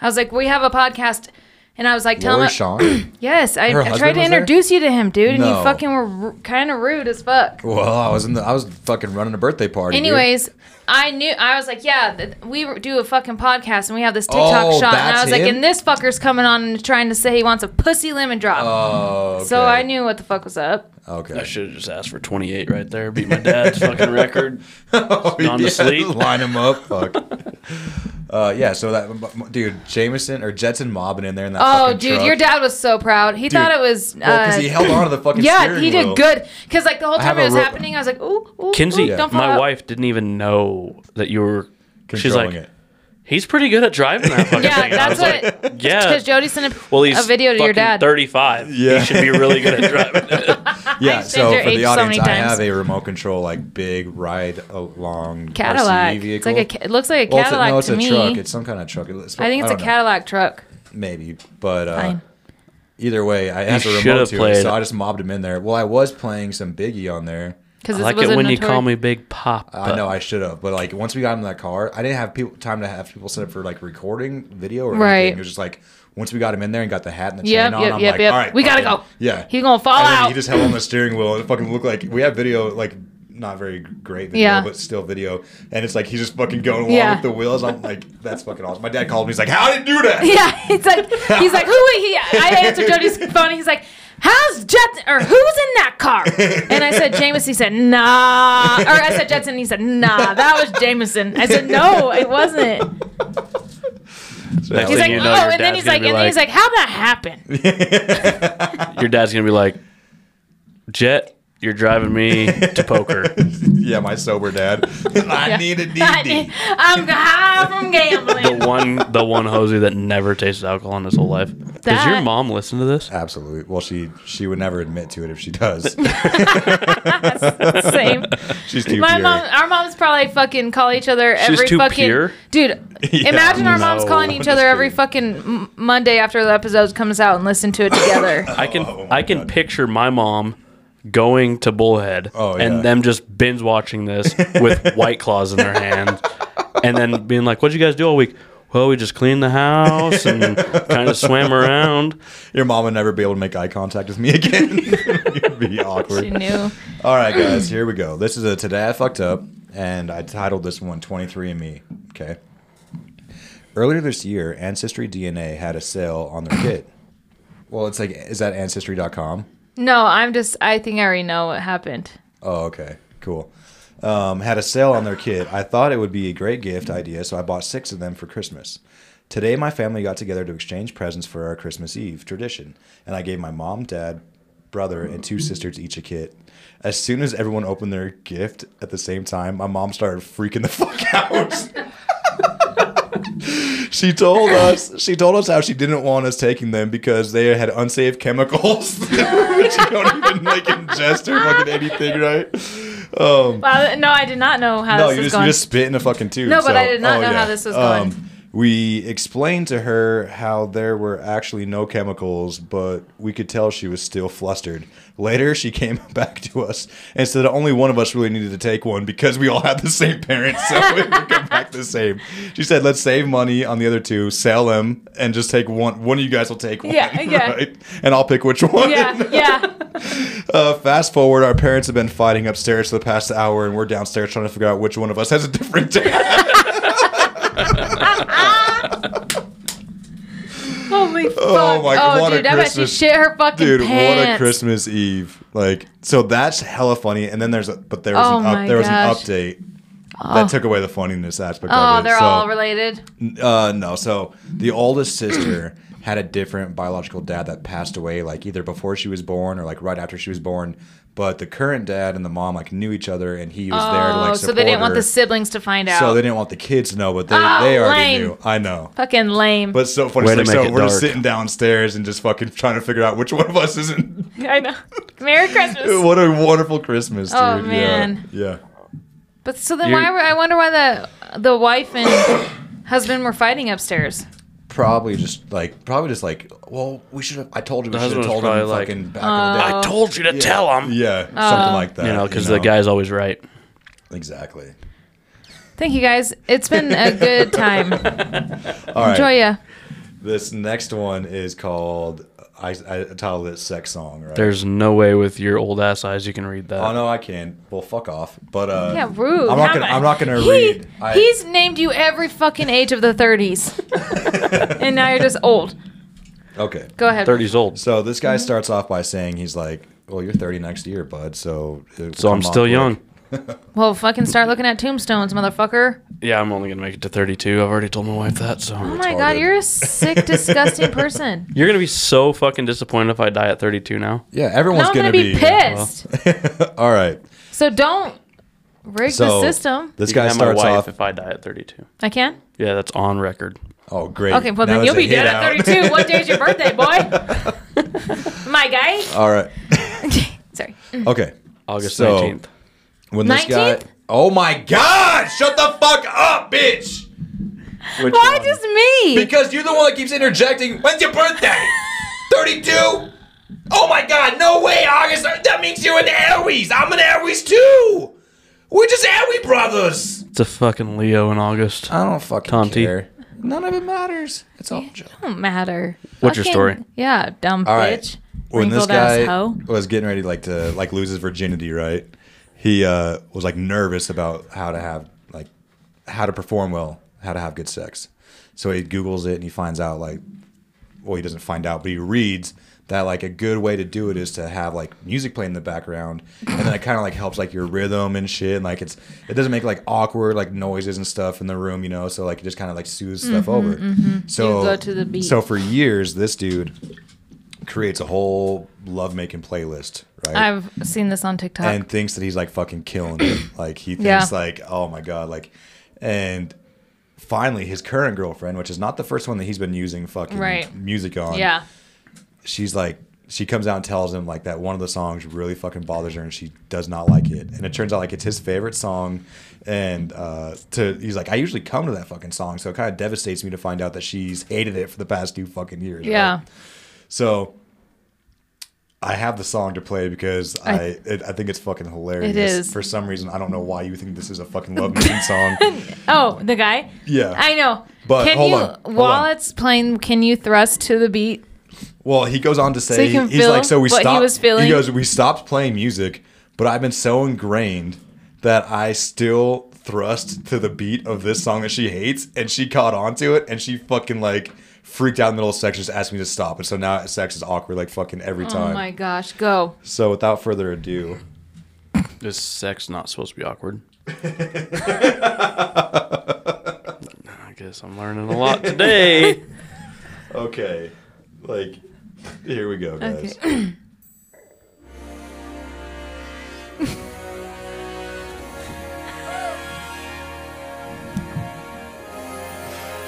I was like, "We have a podcast," and I was like, "Tell
Lori
him."
Sean.
Yes, I,
Her
I
husband
tried to
was there?
introduce you to him, dude, and
No.
you fucking were r- kind of rude as fuck.
well, I was in the. I was fucking running a birthday party. dude.
Anyways, I knew I was like, yeah, th- we do a fucking podcast and we have this TikTok
Oh,
shot, and I
that's
was like,
him?
and this fucker's coming on and trying to say he wants a pussy lemon drop.
Oh.
So
okay.
I knew what the fuck was up.
I
Okay.
should have just asked for 28 right there. Beat my dad's fucking record.
Oh,
Gone to sleep.
Line them up. Fuck. Uh, yeah, so that dude Jameson or Jetson mobbing in there in that.
Oh,
fucking
dude,
truck.
your dad was so proud. He thought it was. Uh,
because he held on to the fucking.
yeah,
steering
he
wheel.
did good. Because like the whole
have
time
a
it was
ro-
happening, I was like, ooh, ooh,
Kinsey, uh,
ooh, don't fall
my
out.
wife didn't even know that you were. She's
Controlling
like,
it.
he's pretty good at driving that fucking
Yeah,
thing. And I
that's
was like,
what.
yeah.
Because Jody sent a,
well, he's
a video to your
fucking
dad.
35.
Yeah.
He should be really good at driving.
yeah. So
your
for
age
the
so
audience,
many
I
times.
have a remote control like big ride along
Cadillac.
RC
It's
vehicle.
like a. ca- It looks like a
well, it's a-
Cadillac
no, it's
to
a
me.
truck. It's some kind of truck. It's,
I think it's a
don't know.
Cadillac truck.
maybe. But uh,
Fine.
either way, I have
You
a
should
remote
have
to it,
played-
so I just mobbed him in there. Well, I was playing some Biggie on there.
Because
I like it when you call me Big Pop.
I know I should have, but like once we got in that car, I didn't have people time to have people set up for like recording video or
Right.
anything. It was just like once we got him in there and got the hat and the
Yep,
chain on,
yep,
I'm
yep,
like,
yep.
all right,
We gotta
fucking-
go.
Yeah,
He's gonna fall
And then
out.
He just held on the steering wheel and it fucking looked like we have video, like not very great video,
Yeah.
but still video, and it's like he's just fucking going along
Yeah.
with the wheels. I'm like, that's fucking awesome. My dad called me. He's like, how did you do that?
Yeah, it's like he's like, who? He, I answered Jody's phone. He's like, how's Jetson or who's in that car? And I said Jameson. He said nah. Or I said Jetson. He said nah. That was Jameson. I said no, it wasn't.
So
Next
that
He's
was-
like,
Then you know
oh,
your
and then
dad's
he's
gonna
like,
be
and then he's like,
like-
how'd that happen?
Your dad's going to be like, Jet, you're driving me to poker.
yeah, my sober dad. I need a DD.
I'm high from gambling.
the one the one hosey that never tasted alcohol in his whole life. Does your
That-
mom listen to this?
Absolutely. Well, she she would never admit to it if she does.
Same.
She's too
My
pure.
mom, our moms probably fucking call each other every
too
fucking
pure?
dude.
Yeah,
imagine our moms
no,
calling
I'm
each
just
other every
kidding.
fucking m-
Oh,
Monday after the episode comes out and listen to it together.
I can I can picture my mom going to Bullhead
Oh, yeah.
and them just binge watching this with white claws in their hands and then being like, What'd you guys do all week? Well, we just cleaned the house and kind of swam around.
Your mom would never be able to make eye contact with me again. It'd be awkward.
She knew.
All right, guys, here we go. This is a Today I Fucked Up, and I titled this one 23andMe. Okay. Earlier this year, Ancestry DNA had a sale on their kit. Well, it's like, is that ancestry.com?
No, I'm just. I think I already know what happened.
Oh, okay. Cool. Um, had a sale on their kit. I thought it would be a great gift idea, so I bought six of them for Christmas. Today, my family got together to exchange presents for our Christmas Eve tradition, and I gave my mom, dad, brother, and two sisters each a kit. As soon as everyone opened their gift at the same time, my mom started freaking the fuck out. She told us she told us how she didn't want us taking them because they had unsafe chemicals. Which you don't even like ingest or fucking anything, right? Um,
Wow, no, I did not know how
no,
this
you just,
was
you
going.
just spit in a fucking tube.
No, but
so-
I did not
oh, Um,
know how this was going.
we explained to her how there were actually no chemicals, but we could tell she was still flustered. Later, she came back to us and said only one of us really needed to take one because we all had the same parents, so it would come back the same. She said, "Let's save money on the other two, sell them, and just take one. One of you guys will take one,
Yeah, yeah.
right? And I'll pick which one."
yeah, yeah.
Uh, fast forward, our parents have been fighting upstairs for the past hour, and we're downstairs trying to figure out which one of us has a different dad.
Holy fuck!
Oh my-
oh,
what a
dude, I bet she
Christmas.
shit her fucking
Dude,
pants.
what a Christmas Eve! Like, so that's hella funny. And then there's, a, but there was
Oh
an up,
my
there was an
gosh.
update that took away the funniness aspect.
Oh,
of it.
they're
So,
all related.
Uh, no, so the oldest sister had a different biological dad that passed away, like either before she was born or like right after she was born. But the current dad and the mom like knew each other, and he was there to
Oh,
like
so
support
they didn't want
her.
the siblings to find out.
So they didn't want the kids to know, but they,
Oh,
they already
lame.
knew. I know.
fucking lame.
But it's so funny.
Way
It's
to
like,
make
so
it
we're just
dark.
sitting downstairs and just fucking trying to figure out which one of us isn't.
I know. Merry Christmas.
what a wonderful Christmas, dude.
Oh,
Yeah.
man.
Yeah.
But so then,
You're-
why were I wonder why the the wife and husband were fighting upstairs?
Probably just like, probably just like, well, we should have. I told you we
The
should have told
husband was
him
probably like,
fucking back
Oh.
in
I told you to
the day.
tell them.
Yeah, something like that.
Oh. You know, because the guy's always right.
Exactly.
Thank you guys. It's been a good time.
All right.
Enjoy ya.
This next one is called, I, I titled it Sex Song, right?
There's no way with your old ass eyes you can read that.
Oh no, I can. Well, fuck off. But uh,
Yeah, rude.
I'm
How
not gonna.
am I-
I'm not gonna
He-
read. I-
He's named you every fucking age of the 30s, and now you're just old.
okay.
Go ahead.
30s old.
So this
Mm-hmm.
guy starts off by saying he's like, "Well, you're 30 next year, bud. So it
So
will
I'm
come off
still
quick."
young.
Well, fucking start looking at tombstones, motherfucker.
Yeah, I'm only gonna make it to 32. I've already told my wife that. So
Oh my god,
Retarded.
you're a sick, disgusting person.
you're gonna be so fucking disappointed if I die at 32 now.
Yeah, everyone's
Now I'm
gonna,
gonna be pissed.
All right.
So don't rig
So
the system.
This
You can
guy
have my
starts
wife
off.
if I die at 32.
I can.
Yeah, that's on record.
Oh, great.
Okay, well
Now it's
then you'll
a
be
hit
dead
out.
at 32. what day's your birthday, boy? my guy.
All right.
Sorry.
Okay.
August
So-
19th.
When this guy.
19th?
Oh my God! Shut the fuck up, bitch. Which
Why
one?
just me?
Because you're the one that keeps interjecting. When's your birthday? 32. Oh my God! No way, August. That means you're an Aries. I'm an Aries too. We're just Aries brothers.
It's a fucking Leo in August.
Uh,
I don't fucking
Tonti.
care. None of it matters. It's all a joke.
Don't matter.
What's your
Fucking-
story?
Yeah, dumb
All right.
bitch.
when this
Wrinkled ass
guy
hoe.
was getting ready like to like lose his virginity right he uh was like nervous about how to have like how to perform well how to have good sex so he googles it and he finds out like well he doesn't find out but he reads that like a good way to do it is to have like music playing in the background and then it kind of like helps like your rhythm and shit and like it's it doesn't make like awkward like noises and stuff in the room you know so like it just kind of like soothes stuff over so
Mm-hmm, You go to the beat.
so for years this dude creates a whole lovemaking playlist, right?
I've seen this on TikTok.
and thinks that he's like fucking killing it. like he thinks
Yeah.
like, oh my god, like, and finally his current girlfriend, which is not the first one that he's been using fucking
Right.
music on,
yeah.
she's like. She comes out and tells him like that one of the songs really fucking bothers her and she does not like it. And it turns out like it's his favorite song, and uh, to he's like I usually come to that fucking song, so it kind of devastates me to find out that she's hated it for the past two fucking years.
Yeah.
right? So I have the song to play because I I, it, I think it's fucking hilarious.
It is.
For some reason, I don't know why you think this is a fucking love mission song.
Oh, the guy.
Yeah.
I know.
But
can
hold
you,
on, hold
while
on.
it's playing, can you thrust to the beat?
Well, he goes on to say
you can
he's
feel
like so we
what he
stopped.
was feeling?
he goes we stopped playing music, but I've been so ingrained that I still thrust to the beat of this song that she hates, and she caught on to it, and she fucking like freaked out in the middle of sex, just asked me to stop, and so now sex is awkward like fucking every
Oh
time.
my gosh, go.
So without further ado,
Is sex not supposed to be awkward? I guess I'm learning a lot today.
okay, like here we go, guys.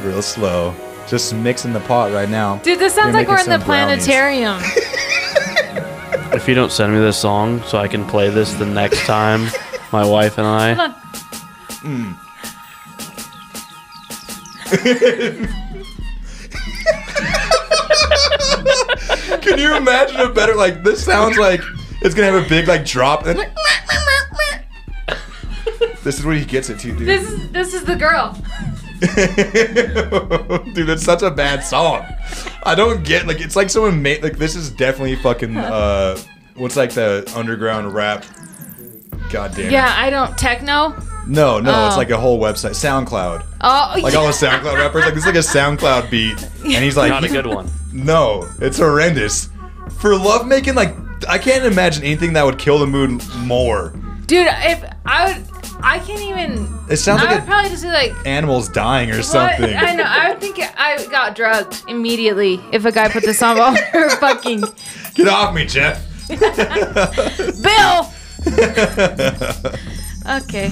Real slow. Just mixing the pot right now.
Dude, this sounds
You're
like
making
we're in the
some brownies.
planetarium.
if you don't send me this song so I can play this the next time, my wife and I.
Hold on.
Can you imagine a better like this sounds like it's gonna have a big like drop and this is where he gets it too, dude.
This is this is the girl.
dude, that's such a bad song. I don't get like it's like someone made like this is definitely fucking uh what's like the underground rap God damn it.
Yeah, I don't techno.
No, no, it's
Oh.
like a whole website. SoundCloud.
Oh,
Like all the SoundCloud rappers, like this is like a SoundCloud beat. And he's like
Not a good one.
No, it's horrendous. For lovemaking, like I can't imagine anything that would kill the mood more.
dude, if I would, I can't even.
It sounds
I
like
would
a-
probably just be like.
Animals dying or
What?
something.
I know. I would think I got drugged immediately if a guy put this on while we were fucking.
Get off me, Jeff.
Bill. Okay.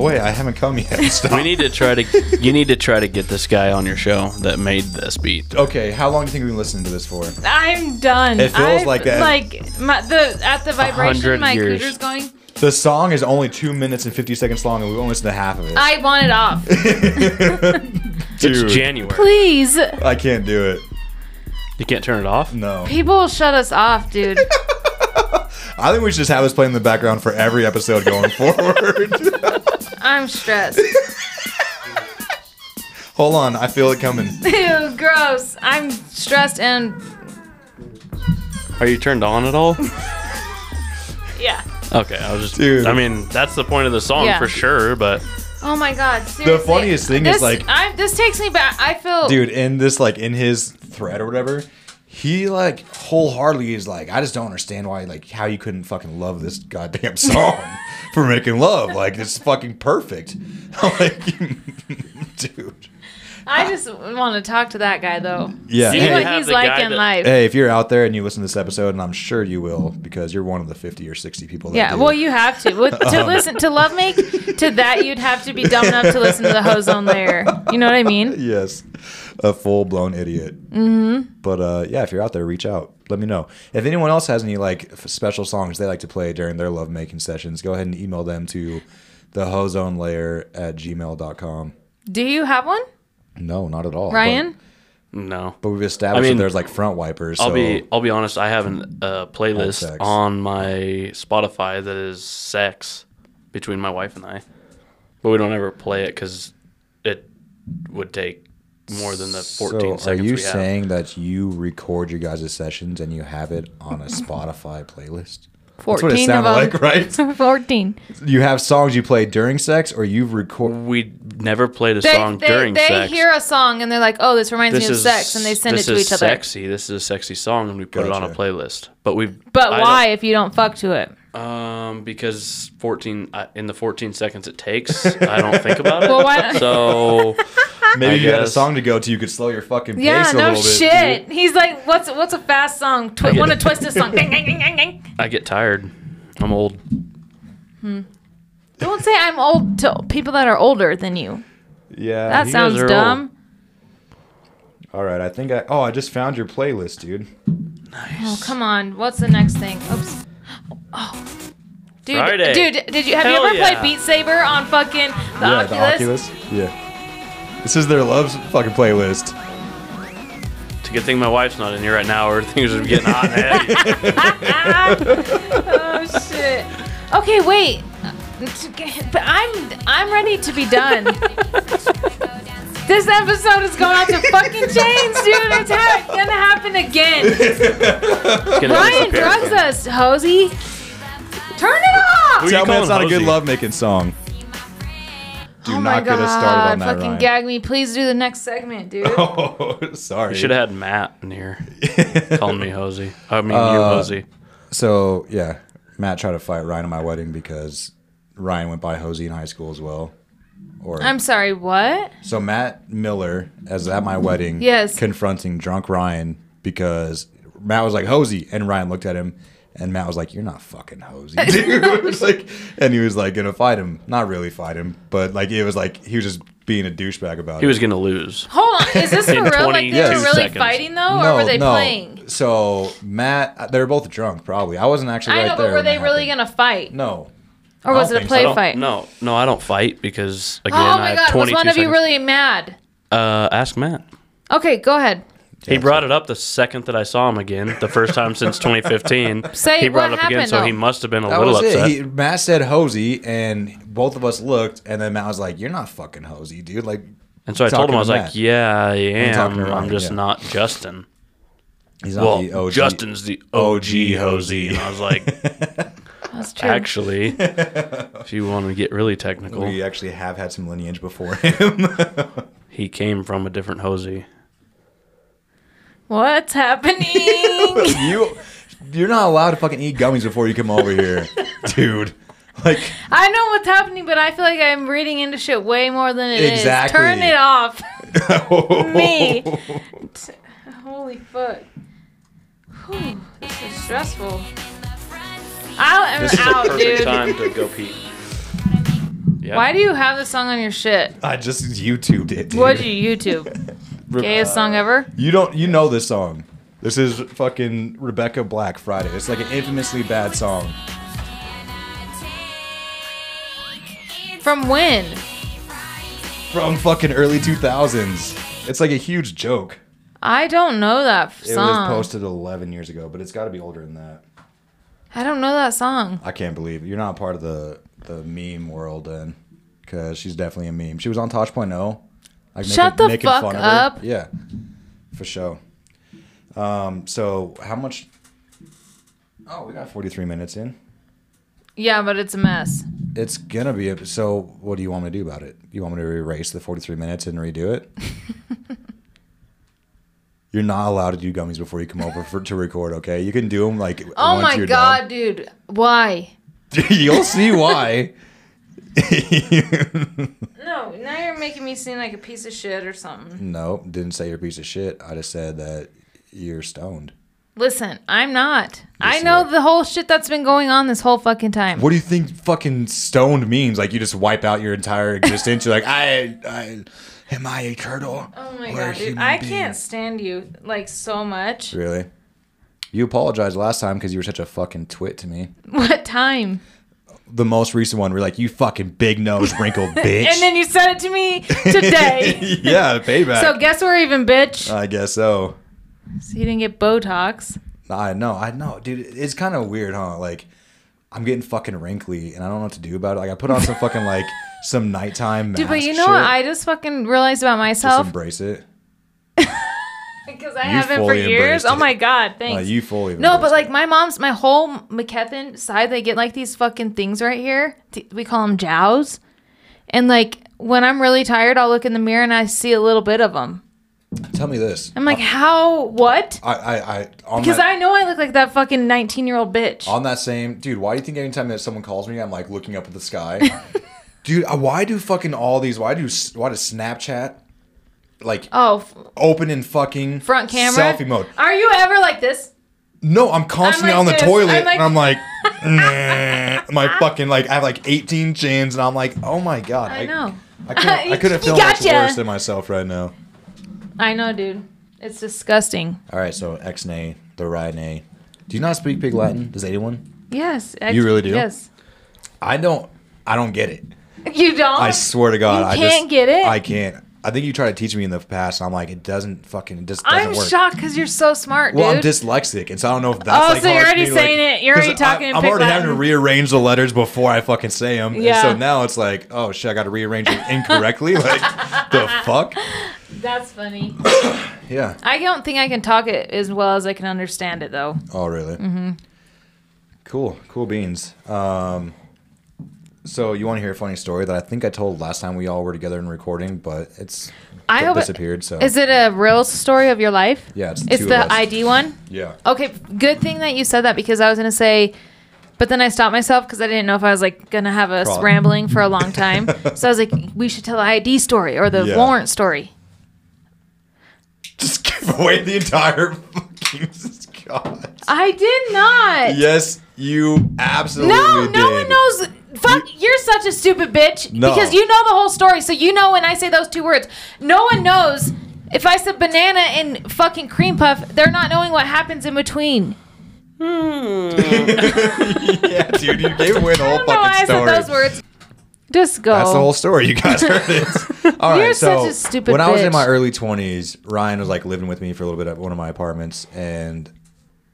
Oh, wait, I haven't come yet. Stop.
We need to try to. You need to try to get this guy on your show that made this beat.
okay, how long do you think we've been listening to this for?
I'm done.
It feels
I've-
like that.
Like my, the at the vibration,
hundred
my
years.
cooter's going.
The song is only two minutes and fifty seconds long, and we've only listened to half of it.
I want it off.
Dude,
It's January.
Please,
I can't do it.
You can't turn it off.
No,
people will shut us off, dude.
I think we should just have this playing in the background for every episode going forward.
I'm stressed.
Hold on, I feel it coming.
Ew, gross. I'm stressed and
Are you turned on at all?
yeah.
Okay, I was just.
Dude.
I mean, that's the point of the song
Yeah.
for sure. But
Oh my god. Seriously.
funniest thing is,
This-
like-
I, this takes me back. I feel
dude in this like in his thread or whatever he like wholeheartedly is like i just don't understand why like how you couldn't fucking love this goddamn song for making love like it's fucking perfect like dude
I just want to talk to that guy though.
yeah
See
You
hey,
what
have
he's
the
like
guy
in
that-
life.
hey, if you're out there and you listen to this episode and i'm sure you will because you're one of the 50 or 60 people that
yeah,
do.
well, you have to With, to listen to love make to that. You'd have to be dumb enough to listen to the ozone layer. You know what I mean?
yes a full-blown idiot mm-hmm. but uh yeah if you're out there reach out let me know if anyone else has any like f- special songs they like to play during their lovemaking sessions go ahead and email them to the ozone layer at gmail.com
Do you have one,
no not at all
Ryan?
but,
no.
but we've established
I mean,
that there's like front wipers
I'll
so
be. I'll be honest. I have an uh, playlist
sex.
on my Spotify that is sex between my wife and I, but we don't ever play it because it would take more than the 14
so
seconds.
are you
we have.
saying that you record your guys' sessions and you have it on a spotify playlist that's what it
Fourteen of
sounded
them.
like right
Fourteen.
you have songs you play during sex or you've record
we never played a
They,
song
they,
during
they
sex?
hear a song and they're like, "Oh, this reminds me of sex," and they send it
this
to
is
each other.
Sexy. This is a sexy song, and we put it on a
Gotcha.
playlist. But we.
But why if you don't fuck to it?
Um, because fourteen I, in the fourteen seconds it takes, I don't think about it.
Well, why-
So
maybe
I
you had a
guess.
song to go to you could slow your fucking
Yeah,
pace a
no
little bit dude.
shit. He's like, what's what's a fast song? Twi- want to twist a song? Ding, ding, ding, ding, ding.
I get tired. I'm old.
Don't say I'm old to people that are older than you.
Yeah.
That
he-
sounds
are
dumb.
All right. I think I. Oh, I just found your playlist, dude.
Oh, come on. What's the next thing? Oops. Oh. Dude,
Friday.
dude, did you have
Hell
you ever
yeah.
played Beat Saber on fucking the Oculus?
The Oculus. Yeah. This is their loves fucking playlist.
It's a good thing my wife's not in here right now, or things are getting hot and heavy.
oh shit. Okay, wait. But I'm I'm ready to be done. this episode is going out to fucking change, dude. It's ha- gonna happen again.
It's gonna
Brian
disappear.
drugs us, hosey. Turn it
Who
off.
you
Tell me it's not
calling
a good
Hosey?
lovemaking song. Do
oh my
not get us started
god!
on that,
Fucking
Ryan.
gag me. Please do the next segment, dude.
Oh, sorry.
Should have had Matt in here calling me Hosey. I mean, you
Uh,
Hosey.
So yeah, Matt tried to fight Ryan at my wedding because Ryan went by Hosey in high school as well. Or
I'm sorry. What?
so Matt Miller as at my wedding,
Yes.
confronting drunk Ryan because Matt was like Hosey, and Ryan looked at him, and Matt was like, "You're not fucking Hosey, dude." It was like, and he was like gonna fight him, not really fight him, but like it was like he was just being a douchebag about
He
it.
was gonna lose.
Hold on. Is this for
In
real? Like they were
22
really
seconds.
fighting though, Oh, or were they playing?
So Matt, they were both drunk, probably. I wasn't actually.
I
right
know,
there
but were
when
they
that
really
happened.
gonna fight,
No.
or was it
don't
a
think so. I
play
I don't-
fight?
No, no, I don't fight because again,
Oh
I
my
have
god! Was
22
one of you
seconds.
really mad?
Uh, ask Matt.
Okay, go ahead.
He brought it up the second that I saw him again, the first time since 2015.
Say
he brought
what
it up again,
happened,
so he
though.
must have been a
That
little
was
upset.
it. He, Matt said Hosey, and both of us looked, and then Matt was like, "You're not fucking Hosey, dude." Like,
and so I told
talking
him, I
to
was
Matt.
like, "Yeah, I
talking
am.
to
I'm
Ryan,
just
yeah.
not Justin.
he's not
Well,
the OG.
Justin's the OG Hosey." And I was like,
That's true.
"Actually, if you want to get really technical,
We actually have had some lineage before him.
he came from a different Hosey."
What's happening?
you, you're not allowed to fucking eat gummies before you come over here, dude. Like,
I know what's happening, but I feel like I'm reading into shit way more than it is.
Exactly.
Turn it off. Me. T- Holy fuck. Whew, this is stressful. I am
This is
out,
a perfect
dude.
time to go pee. Yeah.
Why do you have this song on your shit?
I just YouTubed it. Dude.
What'd you YouTube? Gayest song ever?
You don't. You know this song. This is fucking Rebecca Black Friday. It's like an infamously bad song.
From when?
from fucking early 2000s. It's like a huge joke.
I don't know that f-
It
song.
was posted 11 years ago, but it's got to be older than that.
I don't know that song.
I can't believe it. you're not part of the the meme world then, because she's definitely a meme. She was on Tosh.0. Like
Shut the fuck up.
Her. Yeah, for sure. Um, so how much? Oh, we got 43 minutes in.
Yeah, but it's a mess.
It's gonna be a, so. What do you want me to do about it? You want me to erase the forty-three minutes and redo it? You're not allowed to do gummies before you come over for, to record. Okay, you can do them like.
Oh
once
my
you're
god,
done.
dude. Why?
You'll see why.
No, now you're making me seem like a piece of shit or something.
no, didn't say you're a piece of shit. I just said that you're stoned.
Listen, I'm not. I
you
know
are.
the whole shit that's been going on this whole fucking time.
What do you think fucking stoned means? Like you just wipe out your entire existence. You're like, I, I, am I a turtle?
Oh my
We're
god, dude.
human
I
beings.
can't stand you like so much.
Really? You apologized last time because you were such a fucking twit to me.
What time?
the most recent one, we're like, you fucking big nose wrinkled bitch.
And then you said it to me today.
yeah, Uh. payback.
so guess we're even, bitch.
I guess so.
so you didn't get Botox.
I know, I know, dude. It's kind of weird, huh? Like, I'm getting fucking wrinkly, and I don't know what to do about it. Like, I put on some fucking like some nighttime.
Dude, but
mask
you know
shit.
what I just fucking realized about
just
myself?
embrace it.
Because I
You
haven't for
fully
years.
embraced
Oh
it.
my god,
Like,
thanks.
you fully.
No,
embraced
but like
it.
my mom's, my whole McKethan side, they get like these fucking things right here. Th- We call them jows. And like when I'm really tired, I'll look in the mirror and I see a little bit of them.
tell me this.
I'm like, how? What?
I, I, I, on
Because
that,
I know I look like that fucking 19 year old bitch.
on that same dude why do you think anytime that someone calls me i'm like looking up at the sky dude uh, why do fucking all these why do why does snapchat like
Oh, f-
open in fucking
front camera.
selfie mode
Are you ever like this?
no i'm constantly
like
on the
this.
toilet
I'm like-
and i'm like nah. my fucking like i have like 18 chins and i'm like oh my god
I know.
i couldn't, I couldn't
You
feel
gotcha.
much worse than myself right now
I know, dude. It's disgusting.
all right so xnay the rhinay do you not speak pig latin does anyone
Yes. ex-
You really do?
Yes.
i don't i don't get it
You don't?
I swear to God,
Oh, You
I
can't
just,
get it?
I can't. I think you tried to teach me in the past, and I'm like, it doesn't fucking, it just doesn't
I'm
work.
shocked because you're so smart,
Well, I'm
dude.
dyslexic, and so I don't know if that's.
Oh,
like
so you're
hard for
already
me to, like-
saying it. You're already
'cause I-
talking in
I'm
Pig
already having to
Latin.
rearrange the letters before I fucking say them.
Yeah.
And so now it's like, oh shit, I got to rearrange it incorrectly. like the fuck?
That's funny.
Yeah.
I don't think I can talk it as well as I can understand it, though.
Oh really? Mm-hmm. Cool. Cool beans. Um. So you want to hear a funny story that I think I told last time we all were together and recording, but it's
I hope it-
disappeared. so
Is it a real story of your life?
Yeah, it's the
it's
two of
the
us.
ID one.
yeah.
Okay, good thing that you said that because I was gonna say, but then I stopped myself because I didn't know if I was like gonna have us
Probably.
rambling for a long time. so I was like, we should tell the ID story or the
Yeah.
warrant story.
Just give away the entire. Jesus God.
I did not.
Yes, you absolutely
No,
did.
no one knows. Fuck, you're such a stupid bitch
No.
because you know the whole story. So you know when I say those two words, no one knows. If I said banana and fucking cream puff, they're not knowing what happens in between.
yeah, dude, you gave away the
I
whole
don't know
fucking
why I said
story.
those words. Just go.
That's the whole story. You guys heard it. All right,
You're
so
such a stupid
when I was in
bitch.
my early twenties, Ryan was like living with me for a little bit at one of my apartments, and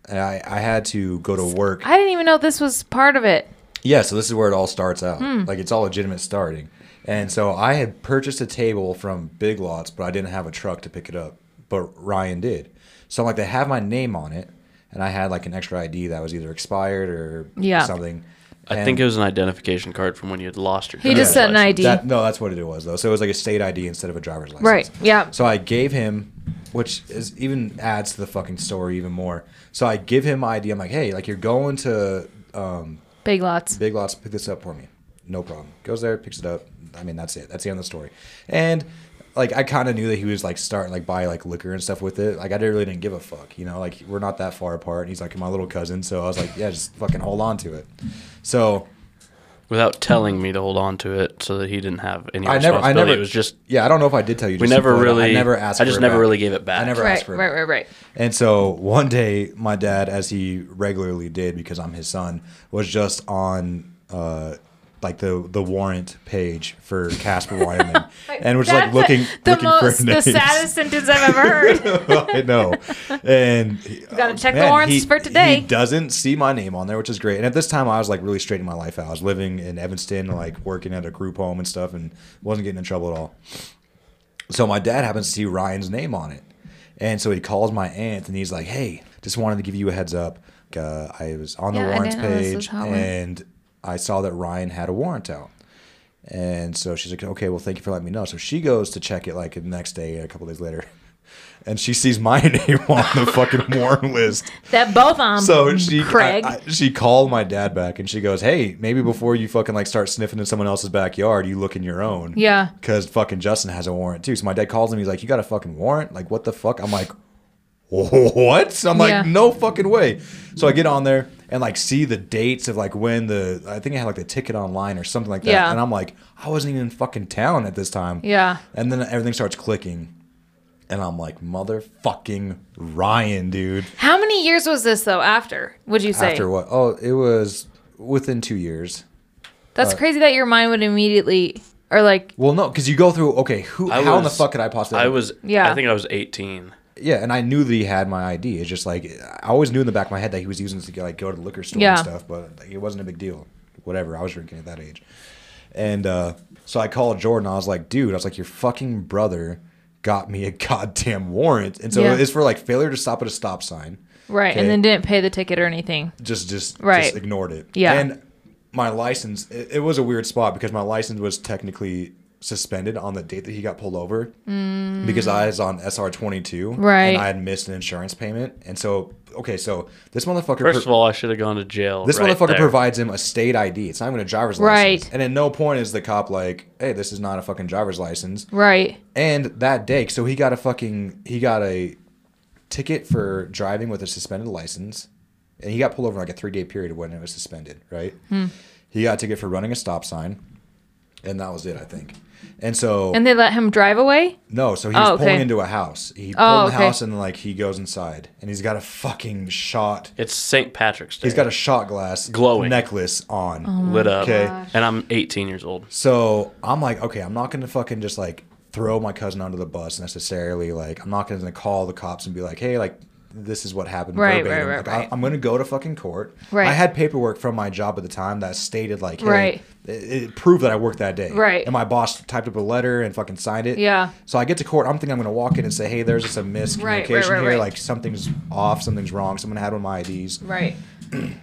and I, I had to go to work.
I didn't even know this was part of it.
Yeah, so this is where it all starts out.
Hmm.
Like it's all legitimate starting. And so I had purchased a table from Big Lots, but I didn't have a truck to pick it up. But Ryan did. So I'm like, they have my name on it, and I had like an extra ID that was either expired or
Yeah.
something.
I
And-
think it was an identification card from when you had lost your.
He just said
driver's
an
license.
ID.
That, no, that's what it was though. So it was like a state ID instead of a driver's license.
Right, yeah.
So I gave him, which is even adds to the fucking story even more. So I give him my ID. I'm like, hey, like you're going to um,
Big lots.
Big Lots, pick this up for me. No problem. Goes there, picks it up. I mean, that's it. That's the end of the story. And like, I kind of knew that he was like starting like buy like liquor and stuff with it. Like, I didn't- really didn't give a fuck. You know, like we're not that far apart. And he's like my little cousin, so I was like, yeah, just fucking hold on to it. So
without telling me to hold on to it, so that he didn't have any.
I never, I
responsibility.
never.
It was just
yeah. I don't know if I did tell you.
we
just
never
to put it out.
really.
I never asked.
I just
for
never
back.
really gave it back.
I never asked
Right,
for.
right, right, right.
And so one day, my dad, as he regularly did because I'm his son, was just on uh, like the the warrant page for Casper Wyoming, and was like
That's
looking
the
looking
most,
for
the
names.
saddest sentence I've ever heard.
I know. And you
gotta check the warrants for today.
He doesn't see my name on there, which is great. And at this time, I was like really straightening my life out. I was living in Evanston, like working at a group home and stuff, and wasn't getting in trouble at all. So my dad happens to see Ryan's name on it. And so he calls my aunt and he's like, hey, just wanted to give you a heads up. Uh, I was on the
Yeah, I
warrants
didn't know this was
page
how it went.
and I saw that Ryan had a warrant out. And so she's like, okay, well, thank you for letting me know. So she goes to check it like the next day, a couple days later, and she sees my name on the fucking warrant list.
that both um, of them.
So she, I-
Craig.
I- she called my dad back and she goes, hey, maybe before you fucking like start sniffing in someone else's backyard, you look in your own.
Yeah.
Because fucking Justin has a warrant too. So my dad calls him. He's like, you got a fucking warrant? Like, what the fuck? I'm like, what? I'm like,
Yeah.
no fucking way. So I get on there and like see the dates of like when the I think I had like the ticket online or something like that.
Yeah.
And I'm like, I wasn't even in fucking town at this time.
Yeah.
And then everything starts clicking. And I'm like, motherfucking Ryan, dude.
How many years was this though? After would you say?
After what? Oh, it was within two years.
That's
Uh,
crazy that your mind would immediately or like
Well, no, because you go through. Okay, who?
I
how in the
was-
fuck could I possibly?
I was.
Yeah.
Yeah. I think I was 18.
Yeah, and I knew that he had my ID. It's just like I always knew in the back of my head that he was using it to go, like go to the liquor store and
Yeah.
stuff, but like, it wasn't a big deal. Whatever, I was drinking at that age, and uh, so I called Jordan. I was like, "Dude, I was like, your fucking brother got me a goddamn warrant," and so
Yeah.
it's for like failure to stop at a stop sign.
right,
Okay.
and then didn't pay the ticket or anything.
Just, just,
Right.
just ignored it.
Yeah.
and my license. It, it was a weird spot because my license was technically suspended on the date that he got pulled over because I was on SR twenty two,
Mm. Right.
And I had missed an insurance payment, and so okay, so this motherfucker. pro-
First of all, I should have gone to jail.
this
right
motherfucker
there.
provides him a state ID. It's not even a driver's license.
Right.
And at no point is the cop like, "Hey, this is not a fucking driver's license."
Right.
And that day, so he got a fucking he got a ticket for driving with a suspended license, and he got pulled over in like a three day period when it was suspended. Right.
Hmm.
He got a ticket for running a stop sign, and that was it, I think. And so
And they let him drive away.
no, so he's
Oh, okay.
pulling into a house. He pulled
Oh,
in the
okay.
house and like he goes inside and he's got a fucking shot.
It's St. Patrick's Day.
He's got a shot glass
Glowing.
necklace on.
Oh,
lit up.
Okay.
And I'm 18 years old.
So I'm like, okay, I'm not gonna fucking just like throw my cousin under the bus necessarily. Like, I'm not going to call the cops and be like, hey, like, this is what happened.
Right, right,
verbatim.
right,
Like,
right.
I, am going to go to fucking court.
Right.
I had paperwork from my job at the time that stated, like, hey,
Right.
it, it proved that I worked that day.
Right.
And my boss typed up a letter and fucking signed it.
Yeah.
So I get to court. I'm thinking I'm going to walk in and say, hey, there's just a miscommunication
Right, right, right,
here.
right.
Like, something's off, something's wrong. Someone had one of my IDs.
Right.
And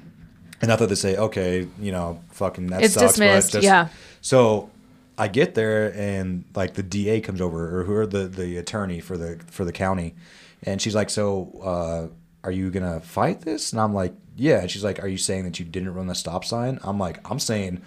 I thought they say, okay, you know, fucking that
It's
sucks.
dismissed, yeah.
So I get there and like the DA comes over or who are the the attorney for the for the county, and she's like, so uh, are you gonna fight this? And I'm like, yeah. And she's like, are you saying that you didn't run the stop sign? I'm like, I'm saying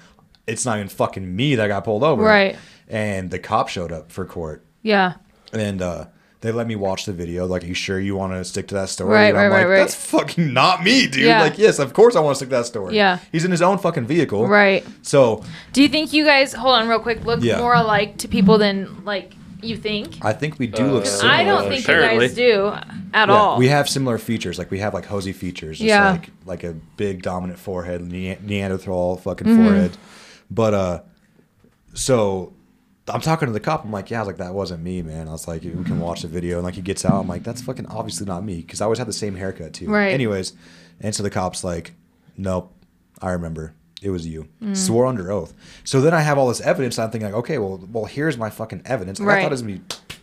it's not even fucking me that got pulled over.
Right.
And the cop showed up for court
Yeah.
and uh they let me watch the video. Like, are you sure you want to stick to that story?
Right,
and
right,
I'm
right,
like,
right.
that's fucking not me, dude.
Yeah.
Like, yes, of course I want to stick to that story.
Yeah.
He's in his own fucking vehicle.
Right.
So
Do you think you guys hold on real quick? Look
Yeah.
more alike to people than like you think.
I think we do look similar.
Uh, I don't think
Apparently.
you guys do at
Yeah,
all.
We have similar features. Like we have like hosey features. Just
Yeah.
Like, like a big dominant forehead, ne- Neanderthal fucking
Mm-hmm.
forehead. But uh, so I'm talking to the cop. I'm like, yeah, I was like that wasn't me, man. I was like, you can watch the video. And like he gets out. I'm like, that's fucking obviously not me because I always had the same haircut too.
Right.
Anyways, and so the cop's like, nope, I remember. It was you.
Mm.
Swore under oath. So then I have all this evidence. and I'm thinking, like, okay, well, well, here's my fucking evidence. Like, I
Right.
thought it was gonna be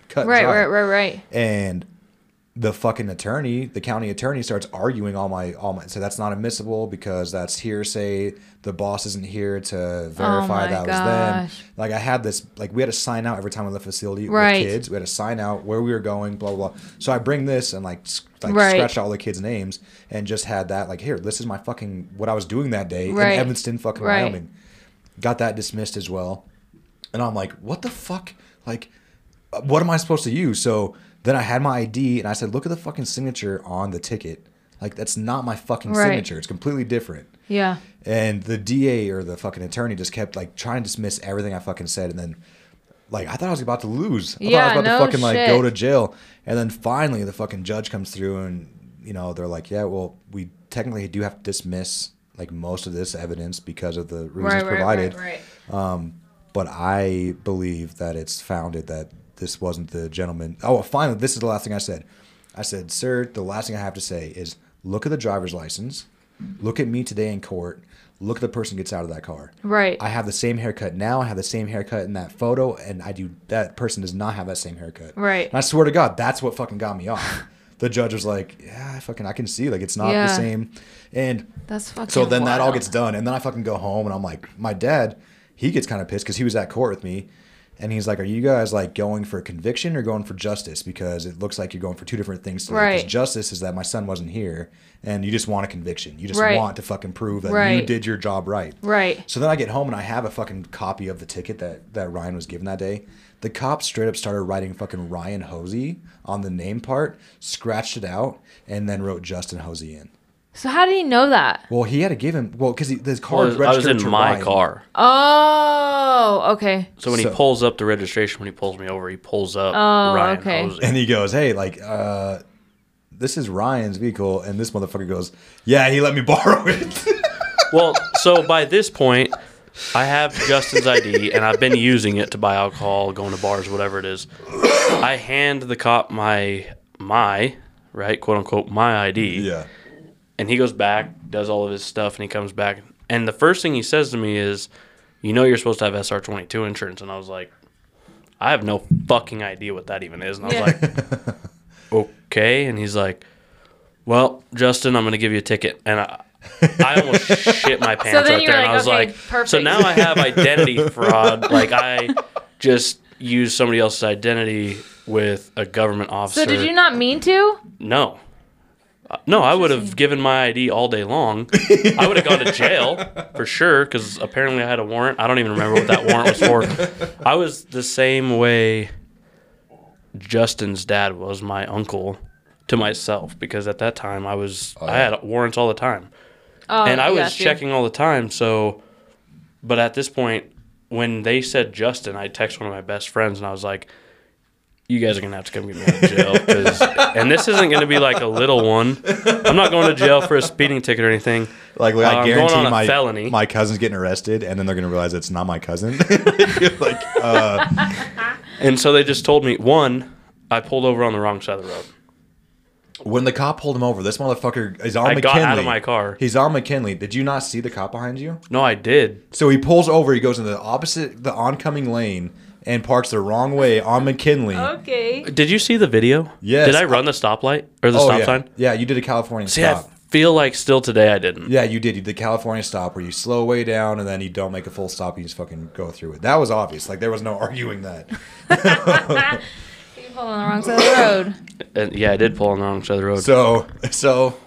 cut. and
right,
dry
right, right, right.
and the fucking attorney, the county attorney, starts arguing all my all my. So that's not admissible because that's hearsay. The boss isn't here to verify
my
that was
gosh.
them. Like I had this, like we had to sign out every time we left the facility
Right.
with kids. We had to sign out where we were going, blah blah. blah. So I bring this and like, s- like
Right.
scratched all the kids' names and just had that like here. This is my fucking what I was doing that day
Right.
in Evanston, fucking
Right.
Wyoming. Got that dismissed as well. And I'm like, what the fuck? Like, uh, what am I supposed to use? So then I had my ID and I said, look at the fucking signature on the ticket. Like, that's not my fucking
Right.
signature. It's completely different.
Yeah.
And the DA or the fucking attorney just kept like trying to dismiss everything I fucking said. And then, like, I thought I was about to lose. I
Yeah,
thought I was about
no
to fucking like
shit.
go to jail. And then finally, the fucking judge comes through and, you know, they're like, yeah, well, we technically do have to dismiss like most of this evidence because of the reasons
Right, right,
provided
right, right.
but I believe that it's founded that this wasn't the gentleman. Oh, finally, this is the last thing I said. I said, sir, the last thing I have to say is look at the driver's license, look at me today in court, look at the person who gets out of that car.
Right.
I have the same haircut now. I have the same haircut in that photo, and I do. That person does not have that same haircut.
Right.
And I swear to God, that's what fucking got me off. the judge was like, "Yeah, I fucking, I can see. Like, it's not
Yeah.
the same." And
That's fucking.
so then that all
wild.
gets done, and then I fucking go home, and I'm like, my dad, he gets kind of pissed because he was at court with me, and he's like, "Are you guys like going for conviction or going for justice? Because it looks like you're going for two different things. Today. 'Cause
Right.
Justice is that my son wasn't here, and you just want a conviction. You just
Right.
want to fucking prove that you
Right.
did your job right.
Right.
So then I get home and I have a fucking copy of the ticket that that Ryan was given that day. The cop straight up started writing fucking Ryan Hosey on the name part, scratched it out, and then wrote Justin Hosey in.
So how did he know that?
Well, he had to give him. Well, because the car
I
was
was, I was
registered
in
to
my
Ryan.
car.
Oh, okay.
So when
So-
he pulls up the registration, when he pulls me over, he pulls up
Oh,
Ryan
okay.
Hosey.
and he goes, "Hey, like, uh, this is Ryan's vehicle," and this motherfucker goes, "Yeah, he let me borrow it."
Well, so by this point, I have Justin's ID and I've been using it to buy alcohol, going to bars, whatever it is. I hand the cop my my right quote unquote my ID.
yeah,
And he goes back, does all of his stuff, and he comes back. And the first thing he says to me is, "You know, you're supposed to have SR22 insurance." And I was like, "I have no fucking idea what that even is." And I was
Yeah.
like, "Okay." And he's like, "Well, Justin, I'm going to give you a ticket." And I, I almost shit my pants
then
right
you
there.
were like,
and I was
"Okay,
like, "So
perfect."
now I have identity fraud. Like I just used somebody else's identity with a government officer."
So did you not mean to?
No. Uh, No, I would have given my ID all day long. I would have gone to jail for sure because apparently I had a warrant. I don't even remember what that warrant was for. I was the same way Justin's dad was my uncle to myself because at that time I was I had warrants all the time
Oh,
and I was
got you.
checking all the time. So, but at this point, when they said Justin, I text one of my best friends and I was like, "You guys are gonna have to come get me out of jail, 'cause- and this isn't gonna be like a little one. I'm not going to jail for a speeding ticket or anything.
like,
Uh,
I
I'm
guarantee
going on a
my
felony.
my cousin's getting arrested, and then they're gonna realize it's not my cousin. like, uh,
And so they just told me one, I pulled over on the wrong side of the road.
When the cop pulled him over, this motherfucker is on
I
McKinley.
got out of my car.
He's on McKinley. Did you not see the cop behind you?
No, I did.
So he pulls over. He goes in the opposite, the oncoming lane, and parks the wrong way on McKinley.
Okay.
Did you see the video?
Yes.
Did I run the stoplight or the
Oh,
stop
yeah.
sign?
Yeah, you did a California
See,
stop.
I feel like still today I didn't.
Yeah, you did. You did the California stop where you slow way down and then you don't make a full stop. You just fucking go through it. That was obvious. Like there was no arguing that.
You pulled on the wrong side of the road.
And yeah, I did pull on the wrong side of the road.
So so,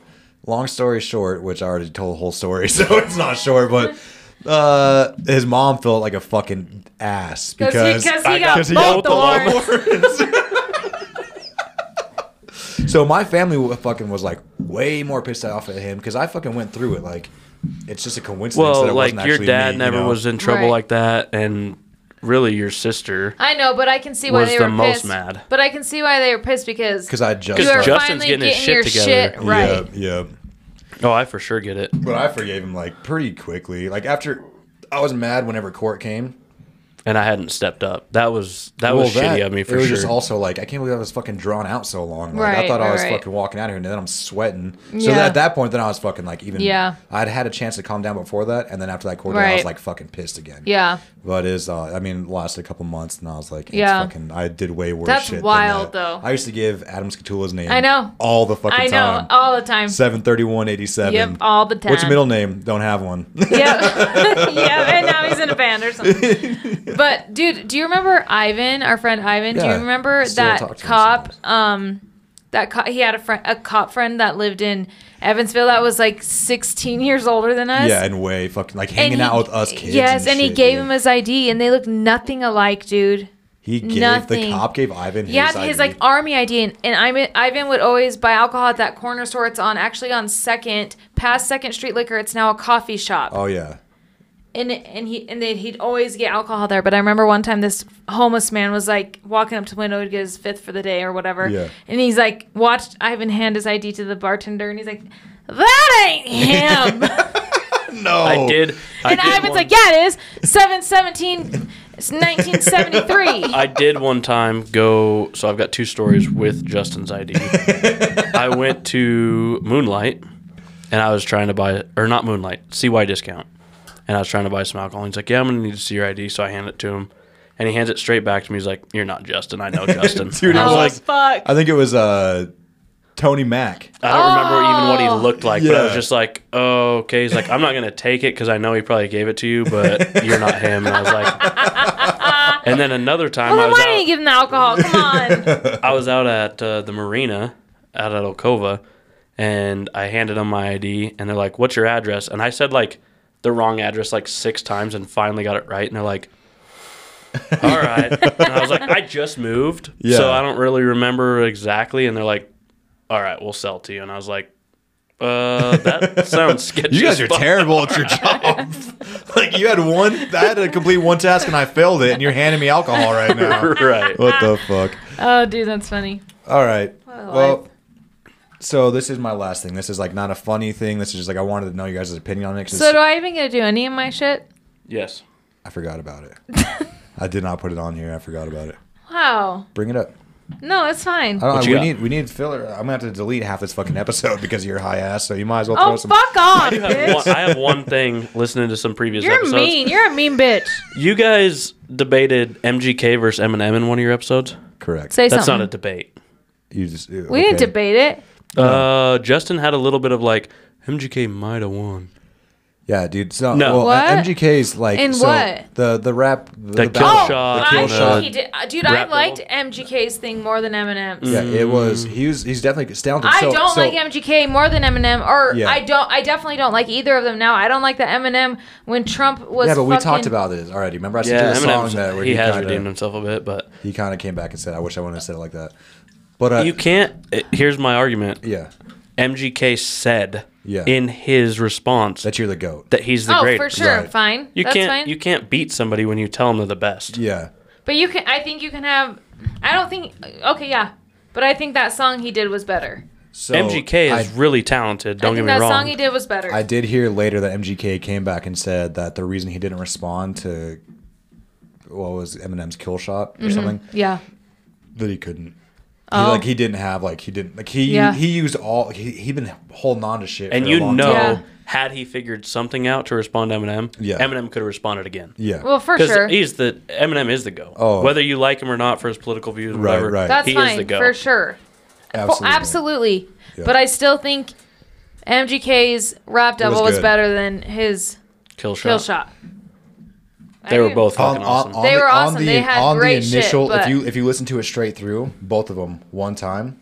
long story short, which I already told the whole story, so it's not short, but. Uh, his mom felt like a fucking ass because
Because he, 'cause
I
he got
got-
both
'Cause he
the
got
awards.
awards. so my family wa- fucking was like way more pissed off at him because I fucking went through it. Like, it's just a coincidence. that
well,
it
like
wasn't
your
actually
dad
me,
never
you know?
was in trouble
Right.
like that, and really your sister.
I know, but I can see why
Was
they
the
were
most
pissed.
mad.
But I can see why they were pissed because
because I just
you are
Because Justin's
finally
getting
getting,
his shit
your
together.
shit right.
Yeah, yeah.
Oh, I for sure get it.
But I forgave him like pretty quickly. Like after I was mad whenever court came.
And I hadn't stepped up. That was that was shitty of me for
it was
sure.
just also like I can't believe I was fucking drawn out so long. Like I
Right,
thought I was
right, right.
fucking walking out of here, and then I'm sweating. So
Yeah.
that- at that point, then I was fucking like even.
Yeah.
I'd had a chance to calm down before that, and then after that court, date, I was
Right.
like fucking pissed again.
Yeah.
But it's uh, I mean, it lasted a couple months, and I was like, yeah,
Yeah.
fucking, I did way worse.
That's
shit than that.
wild, though.
I used to give Adam Scatula's name.
I know.
all the fucking
I know
time.
all the time.
Seven thirty-one eighty-seven.
Yep, all the time.
What's your middle name? Don't have one.
Yeah, yeah, and now he's in a band or something. But dude, do you remember Ivan, our friend Ivan? do
Yeah,
you remember
still
that
talk to him
cop? Um, that co- he had a friend, a cop friend that lived in Evansville that was like 16 years older than us.
Yeah, and way fucking like hanging
And he-
out with us kids.
Yes, and, he
shit,
gave
dude.
him his ID, and they looked nothing alike, dude.
He gave the
nothing.
cop gave Ivan.
He had
his
his
ID.
like army ID, and, and Ivan, Ivan would always buy alcohol at that corner store. It's on actually on Second, past Second Street Liquor. It's now a coffee shop.
Oh yeah.
and and he and they, he'd always get alcohol there. But I remember one time this homeless man was like walking up to the window to get his fifth for the day or whatever.
Yeah.
And he's like watched Ivan hand his ID to the bartender, and he's like, "That ain't him."
No.
I did. I
and
did
Ivan's
one-
like, "Yeah, it is seven seventeen, it's nineteen seventy three.
I did one time go. So I've got two stories with Justin's ID. I went to Moonlight, and I was trying to buy, or not Moonlight, CY discount, and I was trying to buy some alcohol. And he's like, "Yeah, I'm gonna need to see your ID." So I hand it to him, and he hands it straight back to me. He's like, "You're not Justin. I know Justin."
Dude,
And I was
it
like,
was-
fuck."
I think it was uh, Tony Mack.
I don't remember even what
Oh.
he looked like, but I was
Yeah.
just like, oh, okay. He's like, I'm not going to take it because I know he probably gave it to you, but you're not him. And I was like, and then another time I
Well, then
was,
why didn't you
out,
give him the alcohol? Come on.
I was out at uh, the marina out at Alcova and I handed them my ID and they're like, what's your address? And I said like the wrong address like six times and finally got it right. And they're like, all right. and I was like, I just moved.
Yeah.
So I don't really remember exactly. And they're like, all right, we'll sell to you. And I was like, uh, that sounds sketchy.
You guys
as
are
fuck.
terrible at your job. like you had one, I had to complete one task and I failed it, and you're handing me alcohol right now.
right.
what the fuck?
Oh, dude, that's funny.
All right.
a
Well,
life.
so this is my last thing. This is like not a funny thing. This is just like I wanted to know your guys' opinion on it. 'cause
So
it's-
do I even get to do any of my shit?
Yes.
I forgot about it. I did not put it on here. I forgot about it.
Wow.
Bring it up.
No, it's fine.
I don't,
What
we
you got?
need we need filler. I'm gonna have to delete half this fucking episode because of your high ass. So you might as well throw
Oh,
some.
fuck off,
I have, one,
bitch.
I have one thing listening to some previous
You're
episodes.
mean. You're a mean bitch.
You guys debated MGK versus Eminem in one of your episodes.
Correct.
Say
That's
something.
not a debate.
you just ew,
we didn't
okay.
debate it.
Uh, Justin had a little bit of like MGK might have won.
Yeah, dude. So
No.
well,
What?
MGK's like
In
so
what?
the the rap the,
The
battle-
Kill
Oh,
shot,
kill
I
shot.
think he did. uh, Dude, I
Rap
liked
battle.
MGK's thing more than Eminem's.
Yeah, it was. He was. He's definitely talented.
I
so,
don't
so,
like MGK more than Eminem, or
Yeah.
I don't. I definitely don't like either of them now. I don't like the Eminem when Trump was.
Yeah, but we
fucking-
talked about this already. Remember, I sent
Yeah,
you the
Eminem.
song that where
he,
he,
has
kinda,
redeemed himself a bit, but
He kind of came back and said, "I wish I wouldn't have said it like that." But uh,
you can't. eh, Here's my argument.
yeah,
MGK said
Yeah.
in his response that,
that you're the goat.
he's the
Oh,
greatest.
for sure,
Right.
fine.
You
That's
can't
fine.
you can't beat somebody when you tell them they're the best.
yeah,
but you can. I think you can have. I don't think. Okay, yeah, but I think that song he did was better.
so
MGK
I-
is really talented.
I
Don't get
think
me
that
wrong.
song he did was better.
I did hear later that MGK came back and said that the reason he didn't respond to what was Eminem's kill shot or something
Yeah.
that he couldn't.
Mm-hmm. Oh.
He, like he didn't have like he didn't like he
Yeah.
he used all he he been holding on to shit.
And
for a
you
long
know,
time.
Yeah.
had he figured something out to respond to Eminem,
Yeah.
Eminem could have responded again.
yeah,
Well, for
Because
sure.
he's the Eminem is the go.
Oh.
Whether you like him or not for his political views, or
Right,
whatever,
right.
That's
he
fine
is the go.
for sure. Well,
absolutely.
absolutely.
Yeah.
But I still think MGK's rap double was,
good.
better than his
Kill shot.
kill shot. I
They were
do.
both
On,
fucking
on,
awesome.
on
They
the,
were
on
awesome.
the-
They had
on the
great shit,
initial,
but-
if you if you listen to it straight through, both of them one time,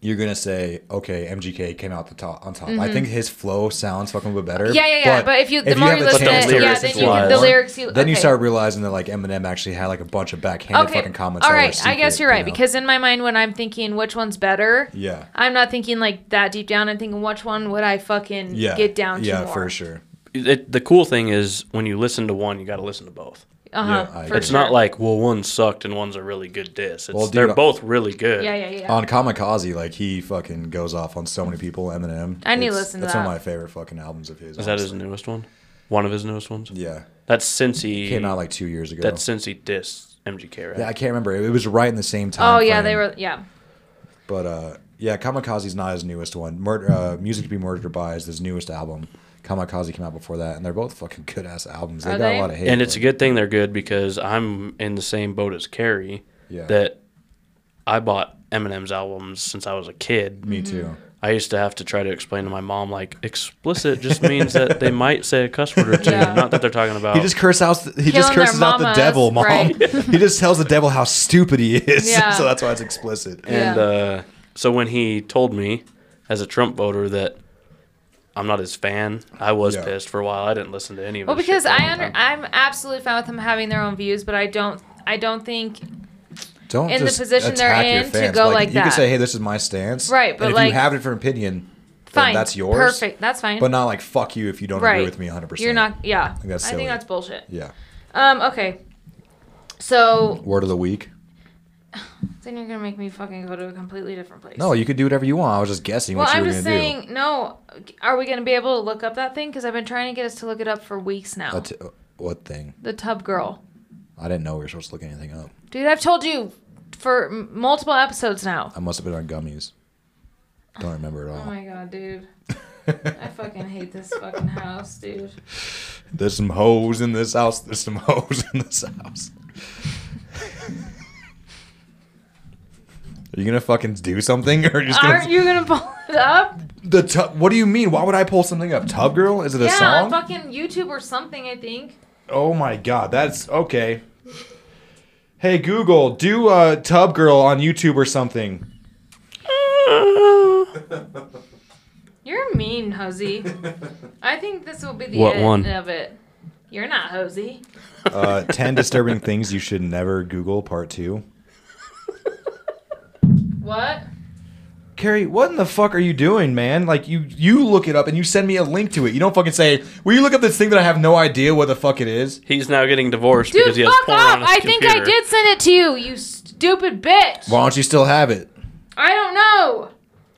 you're gonna say, okay, MGK came out the top on top. I think his flow sounds fucking a bit better.
Mm-hmm. Yeah, yeah, yeah. But, if you the more
have
you
a
listen
chance
to
the
it, yeah,
lyrics
then
is
you
wild.
can, the lyrics you
then you
okay.
start realizing that like Eminem actually had like a bunch of backhanded fucking comments.
All
that were
right, I
secret,
guess you're right
you know?
because in my mind, when I'm thinking which one's better,
yeah,
I'm not thinking like that deep down. I'm thinking which one would I fucking
yeah,
get down to
yeah,
more.
for sure.
It, the cool thing is when you listen to one, you got to listen to both.
Uh-huh,
Yeah, I
for
agree.
It's
sure.
not like well, one sucked and one's a really good diss. It's,
Well, dude,
they're
I-
both really good.
yeah, yeah, yeah.
On Kamikaze, like he fucking goes off on so many people. Eminem.
I need to
It's-
listen to
That's
that.
one of my favorite fucking albums of his.
Is that his
honestly.
newest one? One of his newest ones?
Yeah,
That's since he
came out like two years ago.
that's since he dissed MGK, right?
yeah, I can't remember. It was right in the same time.
oh yeah, they
frame.
were yeah.
But uh, yeah, Kamikaze's not his newest one. Murder, uh, Music to Be Murdered By is his newest album. Kamikaze came out before that, and they're both fucking good ass albums. They
Are
got
they?
a lot of hate.
and it's a
but-
good thing they're good because I'm in the same boat as Carrie.
Yeah.
That I bought Eminem's albums since I was a kid.
Me too.
Mm-hmm.
I used to have to try to explain to my mom like explicit just means that they might say a cuss word or two,
Yeah.
not that they're talking about.
He just curses out. He
Killing
just
their
curses out the
mamas,
devil, mom.
right.
he just tells the devil how stupid he is.
Yeah.
so that's why it's explicit.
Yeah.
And uh, so when he told me, as a Trump voter, that I'm not his fan, I was
Yeah.
pissed for a while. I didn't listen to any of.
Well,
his
because
shit for
I
a long
under,
time.
I'm absolutely fine with them having their own views, but I don't I don't think
Don't
In the
just
position they're
attack your
in, to
fans.
go like
you
that.
can say, "Hey, this is my stance."
Right, but
and if
like-
you have a different opinion, then
fine.
that's yours.
Perfect. That's fine.
But not like fuck you if you don't
right.
agree with me 100. percent
You're not. Yeah. I think
think
that's,
that's silly.
bullshit.
Yeah.
Um. Okay. So
Word of the week.
then you're gonna make me fucking go to a completely different place.
No, you could do whatever you want. I was just guessing
Well,
what you
I'm
were
just
gonna do.
saying. No. Are we gonna be able to look up that thing? Because I've been trying to get us to look it up for weeks now.
A t- uh, what thing?
the tub girl,
I didn't know we were supposed to look anything up.
dude. I've told you for m- multiple episodes now.
I must have been on gummies. Don't remember at
Oh
all.
my god, dude. I fucking hate this fucking house, dude.
There's some hoes in this house. There's some hoes in this house. Are you gonna fucking do something, or are you just gonna?
Aren't you gonna pull it up?
the tub? What do you mean? Why would I pull something up? Tub girl? Is it a
yeah,
song?
on fucking YouTube or something, I think.
oh my god, that's okay. Hey Google, do uh, tub girl on YouTube or something.
You're mean, Hosey. I think this will be the
What
end
one?
of it. You're not Hosey.
Uh, Ten disturbing things you should never Google, part two.
What?
Carrie, what in the fuck are you doing, man? Like you you look it up and you send me a link to it. You don't fucking say, "Will you look up this thing that I have no idea what the fuck it is?"
he's now getting divorced
Dude,
because he has
fuck
porn
off!
on his
I
computer.
think I did send it to you, you stupid bitch.
Why don't you still have it?
I don't know.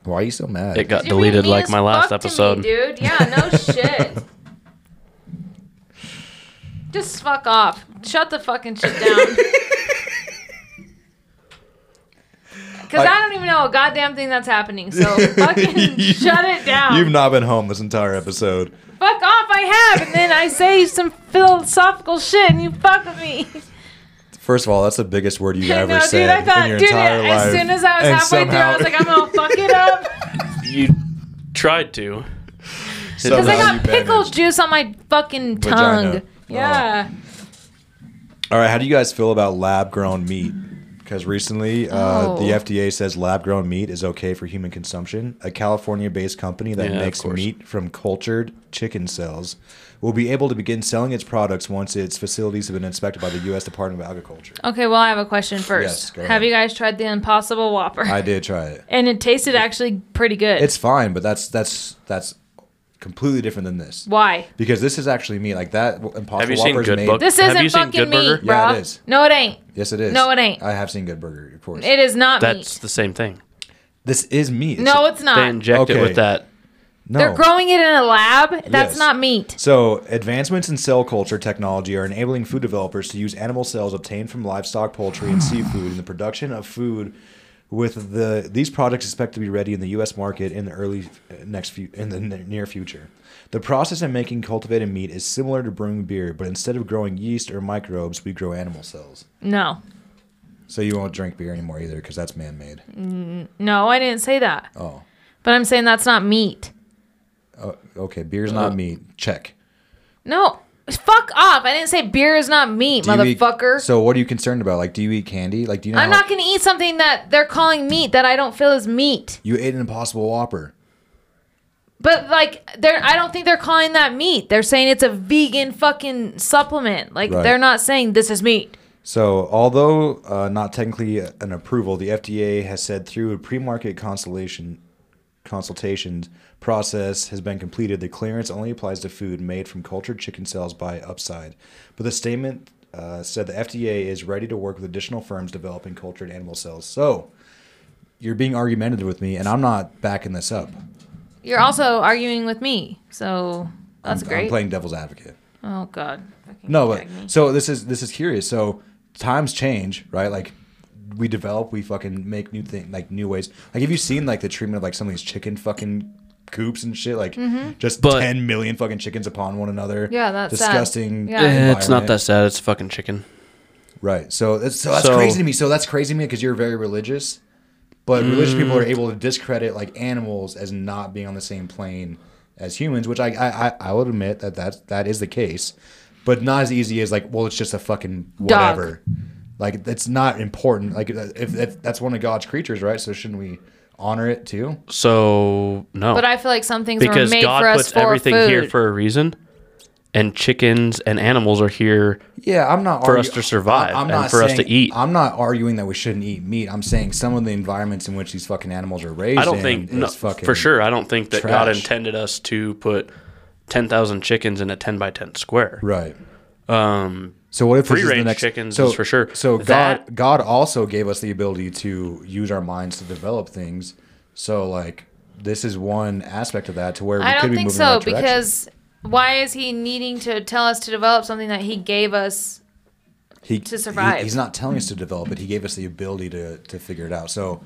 Why are you so mad?
It got
You're being
deleted
mean
like
as
my last
fuck to me,
episode.
dude. Yeah, no shit. Just fuck off. Shut the fucking shit down. Because I,
I-
don't even know a goddamn thing that's happening. So fucking
You-
shut it down.
You've not been home this entire episode.
fuck off, I have. And then I say some philosophical shit and you fuck with me.
First of all, that's the biggest word you
I
ever
know,
said
dude. I thought,
in your
dude,
entire life.
as soon as I was
And
halfway through, I was like, I'm going to fuck it up.
You tried to.
Because I
Somehow
got
you
pickle
managed.
juice on my fucking tongue.
Vagina. Oh.
Yeah.
All right, how do you guys feel about lab-grown meat? Because recently, uh,
Oh.
the FDA says lab-grown meat is okay for human consumption. A California-based company that
Yeah, of
makes
course.
meat from cultured chicken cells will be able to begin selling its products once its facilities have been inspected by the U.S. Department of Agriculture.
Okay, well, I have a question
Yes,
first.
go ahead.
have you guys tried the Impossible Whopper?
I did try it.
and it tasted actually pretty good.
It's fine, but that's that's that's completely different than this.
Why?
Because this is actually meat. Like that Impossible
Have you seen
Whopper is
Good
made.
Book?
This
Have
isn't
you seen
fucking
Good Burger?
meat, bro.
Yeah, it is.
No, it ain't.
Yes, it is.
No, it ain't.
I have seen Good Burger, of course.
It is not
That's
meat.
the same thing.
this is meat. It's
No, it's
They
not.
inject it
Okay.
with that
No.
They're growing it in a lab. That's
Yes.
not meat.
So, advancements in cell culture technology are enabling food developers to use animal cells obtained from livestock, poultry, and seafood in the production of food. With the these products expect to be ready in the U.S. market in the early uh, next few in the n- near future. The process of making cultivated meat is similar to brewing beer, but instead of growing yeast or microbes, we grow animal cells.
No.
So you won't drink beer anymore either, because that's man-made.
No, I didn't say that.
Oh,
But I'm saying that's not meat.
okay. Beer's
Uh,
not meat. Check.
No. Fuck off. I didn't say beer is not meat,
Do you eat-
motherfucker.
so what are you concerned about? Like, do you eat candy? Like, do you know?
I'm
how-
not going to eat something that they're calling meat that I don't feel is meat.
You ate an Impossible Whopper.
But like they're I don't think they're calling that meat. They're saying it's a vegan fucking supplement. Like
Right.
they're not saying this is meat.
So, although uh, not technically an approval, the FDA has said through a pre-market consultation consultations process has been completed. The clearance only applies to food made from cultured chicken cells by Upside, but the statement uh, said the FDA is ready to work with additional firms developing cultured animal cells. So, you're being argumentative with me, and I'm not backing this up.
You're also arguing with me. So that's
I'm, I'm
great.
playing devil's advocate.
oh god. Fucking
No,
gag
but
me.
so this is this is curious. So times change, right? Like we develop, we fucking make new thing, like new ways. Like have you seen like the treatment of like some of these chicken fucking coops and shit? Like just
But-
ten million fucking chickens upon one another.
Mm-hmm. Yeah, that's sad.
disgusting.
Yeah. Eh,
it's not
environment.
that sad. It's fucking chicken.
right. So that's so that's
So-
crazy to me. So that's crazy to me because you're very religious, but religious people are able to discredit like animals as not being on the same plane as humans, which I I I, I would admit that that that is the case, but not as easy as like well it's just a fucking
Dog.
whatever. Like that's not important. Like uh, if, if that's one of God's creatures, right? So shouldn't we honor it too?
So no,
But I feel like some things were
because
made
God
for us
puts
for
everything
food.
here for a reason, and chickens and animals are here.
Yeah, I'm not
For us to survive
I-
and for us to
saying-
eat.
I'm not arguing that we shouldn't eat meat. I'm saying some of the environments in which these fucking animals are raised.
I don't
in
think
is
no,
fucking
for sure. I don't think that God
trash.
intended us to put ten thousand chickens in a ten by ten square.
Right.
Um,
So what if this is the
Free-range
next
chickens
so,
is for sure.
So God,
That-
God also gave us the ability to use our minds to develop things. So like this is one aspect of that to where we
I
could
don't
be
think
moving in
so
the right direction.
because why is he needing to tell us to develop something that he gave us?
he,
to survive.
he- he's not telling us to develop it. He gave us the ability to to figure it out. So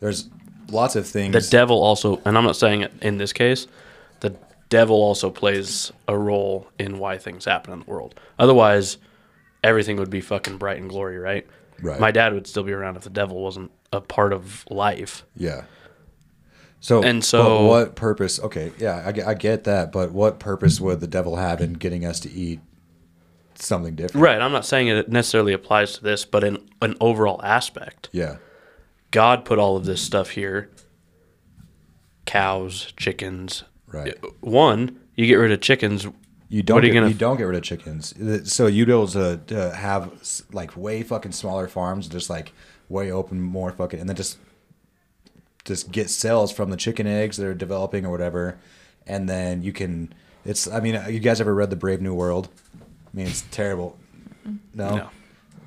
there's lots of things.
the devil also, and I'm not saying it in this case, the devil also plays a role in why things happen in the world. Otherwise, everything would be fucking bright and glory, right?
Right.
My dad would still be around if the devil wasn't a part of life.
Yeah. So
And
but
so-
what purpose? Okay, yeah, I, ge- I get that, but what purpose would the devil have in getting us to eat something different?
Right. I'm not saying it necessarily applies to this, but in an overall aspect,
Yeah,
God put all of this stuff here cows, chickens.
right.
One, you get rid of chickens.
You don't
What are you
get,
gonna-
you don't get rid of chickens. Th- So you'd be able to, to have s- like way fucking smaller farms, just like way open more fucking, and then just just get cells from the chicken eggs that are developing or whatever, and then you can. It's I mean, you guys ever read the Brave New World? I mean, it's terrible. No.
No.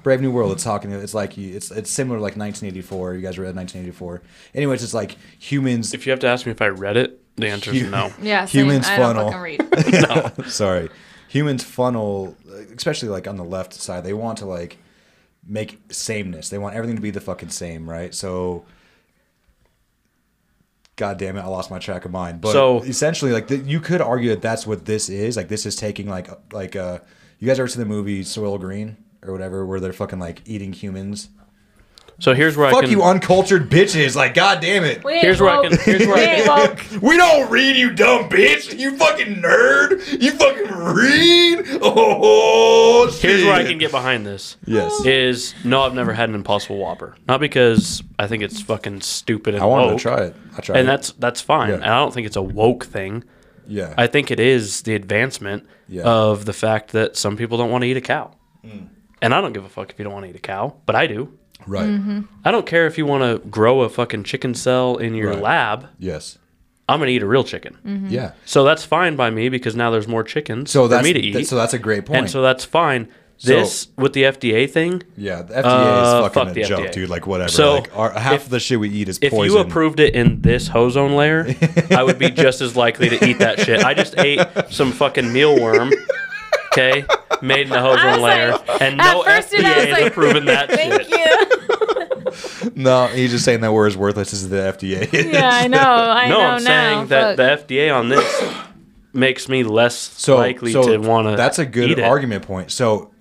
Brave New World. It's talking. It's like you- it's it's similar to like 1984. You guys read 1984. Anyways, it's like humans.
If you have to ask me if I read it, the answer is
You-
no.
Yeah,
same. Humans I
I
don't funnel.
don't
fucking
read.
sorry humans funnel especially like on the left side they want to like make sameness they want everything to be the fucking same right so god damn it i lost my track of mind but
So-
essentially like th- you could argue that that's what this is like this is taking like like uh you guys ever seen the movie soil green or whatever where they're fucking like eating humans
So here's where I
fuck
can.
you uncultured bitches like god damn it
Here's where I can- here's where I can-
we don't read, you dumb bitch. You fucking nerd. You fucking read. Oh, shit.
Here's where I can get behind this.
Yes.
Is no, I've never had an Impossible Whopper. Not because I think it's fucking stupid and
I wanted
woke,
to try it. I tried.
and
it.
that's that's fine.
Yeah.
And I don't think it's a woke thing.
yeah.
I think it is the advancement
Yeah. Mm.
of the fact that some people don't want to eat a cow, and I don't give a fuck if you don't want to eat a cow, but I do.
right.
I don't care if you want to grow a fucking chicken cell in your
Right.
lab.
Yes.
I'm gonna eat a real chicken.
Yeah.
So that's fine by me because now there's more chickens
So that's
for me to eat.
that- so that's a great point.
and so that's fine. This with the FDA thing.
Yeah, the FDA
Uh,
is fucking
fuck
a
the
joke,
FDA.
dude. Like whatever.
So,
like our, half
if-
the shit we eat is
If
poison.
you approved it in this ozone layer, I would be just as likely to eat that shit. I just ate some fucking mealworm, okay, made in the
I
ozone
was
layer,
like-
and
at
no
first, dude, I was
FDA is
like,
approving that shit.
Thank you.
no, he's just saying that we're as worthless as the FDA. is.
Yeah, I know. I
No,
know
I'm
now.
saying that
Fuck.
the FDA on this makes me less
so
likely
so
to want to.
That's a
eat
good
it.
argument point. So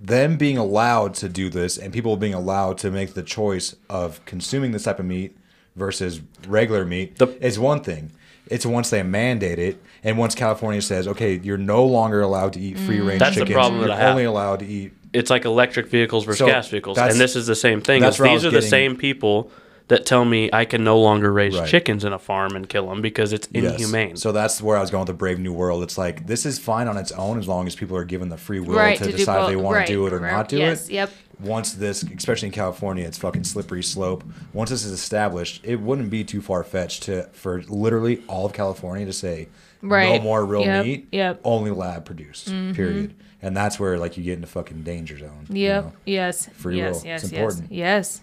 them being allowed to do this and people being allowed to make the choice of consuming this type of meat versus regular meat
The-
is one thing. It's once they mandate it, and once California says, "Okay, you're no longer allowed to eat
Mm.
free range
That's the
chickens.
problem
you're
that I have.
only allowed to eat
It's like electric vehicles versus
So,
gas vehicles,
that's-
and this is the same thing.
that's
is
where I
These
was
are the
getting-
same people that tell me I can no longer raise
Right.
chickens in a farm and kill them because it's
Yes.
inhumane.
So that's where I was going with the Brave New World. It's like this is fine on its own as long as people are given the free will
Right,
to,
to do
decide if they
both.
want
Right,
to do it or
right.
not do
Yes,
it.
yep.
Once this, especially in California, it's fucking slippery slope. Once this is established, it wouldn't be too far fetched to for literally all of California to say no
Right.
more real
Yep,
meat,
yep. Mm-hmm.
only lab produced. Period. And that's where like you get into fucking danger zone. you
Yep.
know?
Yes.
Free
yes.
will.
Yes.
It's
yes.
important.
Yes.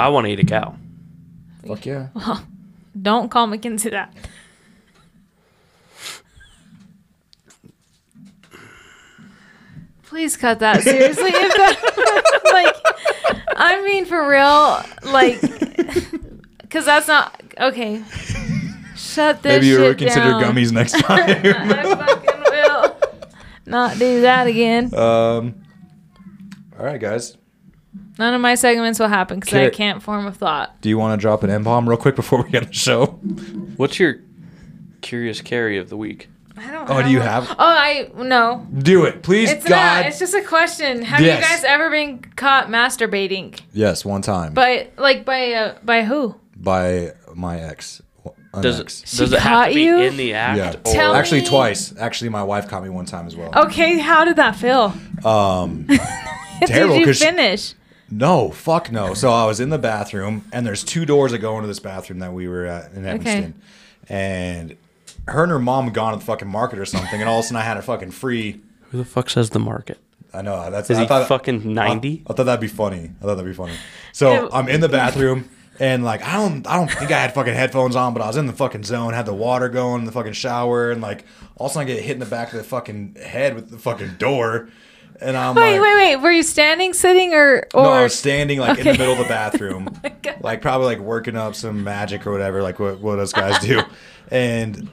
I want to eat a cow.
Fuck yeah.
Don't call McKinsey that. Please cut that seriously. if that, like, I mean, for real, like, because that's not okay. Shut this.
Maybe you
shit
would consider
down.
gummies next time.
I fucking will not do that again.
um. All right, guys.
None of my segments will happen because I
Carrot.
can't form a thought.
Do you want to drop an M bomb real quick before we end the show?
What's your curious carry of the week?
I don't.
Oh, do you have-
Oh, I no.
Do it, please,
It's
God.
not. It's just a question. Have
Yes.
you guys ever been caught masturbating?
yes, one time
By like by uh, by who?
by my ex. An
Does it,
ex.
does it have
caught
to be
you?
in the act?
Yeah,
Or
Tell
actually
me- Oh.
twice. Actually, my wife caught me one time as well.
Okay, how did that feel?
Um, terrible.
Did you
'cause she-
finish?
no, fuck no. So I was in the bathroom, and there's two doors that go into this bathroom that we were at in Evanston, and her and her mom had gone to the fucking market or something, and all of a sudden I had a fucking free.
Who the fuck says the market?
I know that's
Is
I
he
thought-
fucking ninety?
I, I thought that'd be funny. I thought that'd be funny. So
Ew.
I'm in the bathroom and like I don't I don't think I had fucking headphones on, but I was in the fucking zone, had the water going, the fucking shower, and like all of a sudden I get hit in the back of the fucking head with the fucking door. And I'm
Wait,
like,
wait, wait. Were you standing, sitting, or or?
no, I was standing like in the
Okay.
middle of the bathroom,
God.
like probably like working up some magic or whatever, like what, what us guys do, and